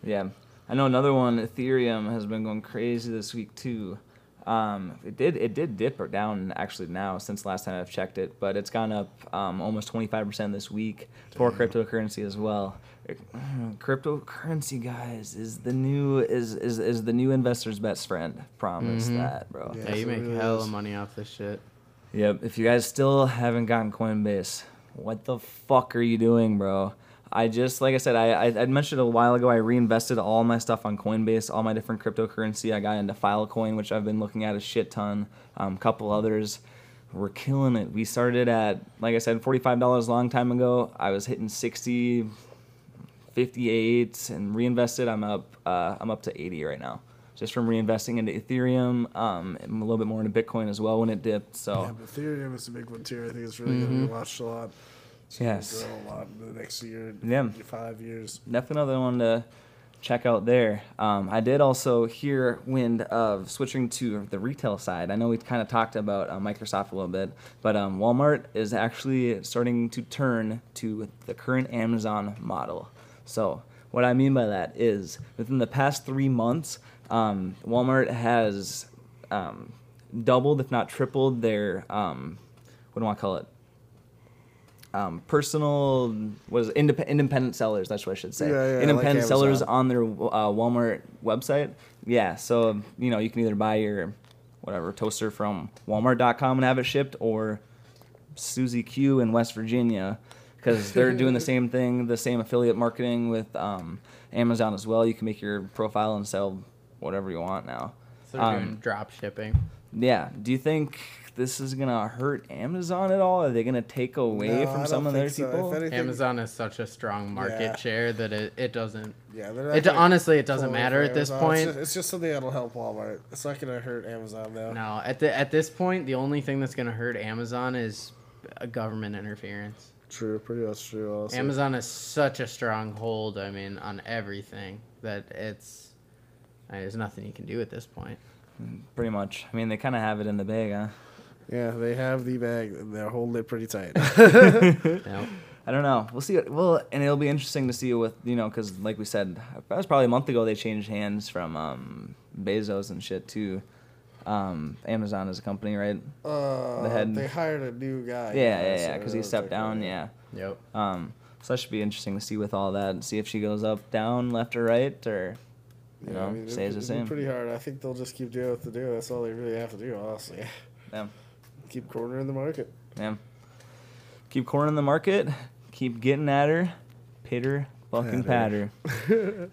A: yeah.
C: Yeah. I know another one, Ethereum, has been going crazy this week too. Um, it did it did dip or down actually now since last time I've checked it, but it's gone up um, almost 25% this week for cryptocurrency as well. Cryptocurrency guys is the new is is, is the new investor's best friend. Promise that, bro.
D: Yeah.
A: Yeah, you
D: so
A: make
D: it really
A: hell of
D: is.
A: money off this shit.
C: Yep. If you guys still haven't gotten Coinbase, what the fuck are you doing, bro? I just, like I said, I, I, I mentioned a while ago, I reinvested all my stuff on Coinbase, all my different cryptocurrency. I got into Filecoin, which I've been looking at a shit ton, a um, couple others. We're killing it. We started at, like I said, $45 a long time ago. I was hitting 60, 58 and reinvested. I'm up. Uh, I'm up to 80 right now, just from reinvesting into Ethereum. Um, and a little bit more into Bitcoin as well when it dipped.
D: Yeah,
C: So
D: but Ethereum is a big one too. I think it's really
A: Mm-hmm.
D: gonna be watched a lot. It's gonna
C: Yes.
D: grow a lot in the next year,
C: Yeah.
D: five years.
C: definitely another one to check out there. Um, I did also hear wind of switching to the retail side. I know we kind of talked about uh, Microsoft a little bit, but um, Walmart is actually starting to turn to the current Amazon model. So what I mean by that is within the past three months, um, Walmart has um, doubled, if not tripled, their um, what do I call it? um, personal was indep- independent sellers. That's what I should say.
D: Yeah, yeah, like
C: independent sellers
D: Amazon.
C: on their uh, Walmart website. Yeah, so you know you can either buy your whatever toaster from Walmart.com and have it shipped, or Suzy Q in West Virginia because they're doing the same thing, the same affiliate marketing with um, Amazon as well. You can make your profile and sell whatever you want now.
A: So they're
C: Um,
A: doing drop shipping.
C: Yeah. Do you think this is gonna hurt Amazon at all? Are they gonna take away
D: No, I
C: from
D: don't
C: some of their
D: think so. If
C: people?
D: anything-
A: Amazon has such a strong market
D: Yeah.
A: share that it, it doesn't.
D: Yeah,
A: It do- honestly, it doesn't matter at this
D: It's
A: point.
D: just, it's just something that'll help Walmart. It's not gonna hurt Amazon though.
A: No, at the at this point, the only thing that's gonna hurt Amazon is uh, government interference.
D: True, pretty much true. Also.
A: Amazon is such a strong hold. I mean, on everything that it's I mean, there's nothing you can do at this point.
C: Pretty much. I mean, they kind of have it in the bag, huh?
D: Yeah, they have the bag and they're holding it pretty tight.
A: No.
C: I don't know. We'll see. What, well, and it'll be interesting to see with you know, because like we said, that was probably a month ago they changed hands from um, Bezos and shit to um, Amazon as a company, right?
D: uh,
C: The head-
D: They hired a new guy.
C: Yeah, yeah,
D: so
C: yeah. Because he
D: it's
C: stepped
D: like,
C: down.
D: uh,
C: Yeah.
A: Yep.
C: Um, so that should be interesting to see with all that and see if she goes up, down, left, or right, or you know,
D: I mean, it'd
C: stays
D: be-
C: the
D: it'd be
C: same.
D: Pretty hard. I think they'll just keep doing what they do. That's all they really have to do, honestly.
C: Yeah.
D: Keep cornering the market.
C: Yeah. Keep cornering the market. Keep getting at her. Pitter, fucking patter.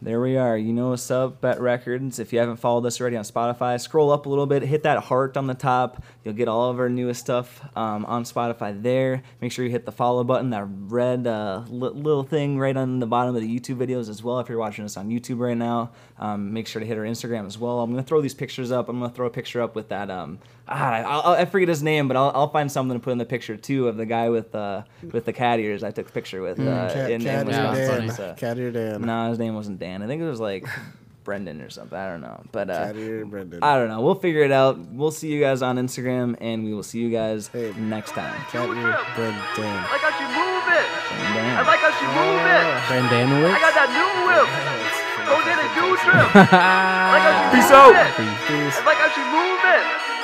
C: there we are. You know what's up, Bet Records. If you haven't followed us already on Spotify, scroll up a little bit, hit that heart on the top. You'll get all of our newest stuff um, on Spotify there. Make sure you hit the follow button, that red uh, li- little thing right on the bottom of the YouTube videos as well. If you're watching us on YouTube right now, um, make sure to hit our Instagram as well. I'm gonna throw these pictures up. I'm gonna throw a picture up with that. Um, ah, I, I, I forget his name, but I'll, I'll find something to put in the picture too of the guy with uh, with the cat ears. I took a picture with uh,
D: Hmm, Cat,
C: in, in
D: cat,
A: yeah,
D: or
C: Wisconsin.
A: funny.
D: Dan.
C: so-
D: cat or Dan.
C: no, his name wasn't Dan. I think it was like Brendan or something. I don't know. But uh,
D: Cat or Brendan.
C: I don't know. We'll figure it out. We'll see you guys on Instagram, and we will see you guys
D: Hey.
C: next time.
D: Cat or Brendan.
E: I got you moving.
C: Damn.
E: I like how she moving. I got
A: Brandanowitz.
E: that new whip. Go did a new trip. I like how she moving.
D: Peace.
E: I like how she moving.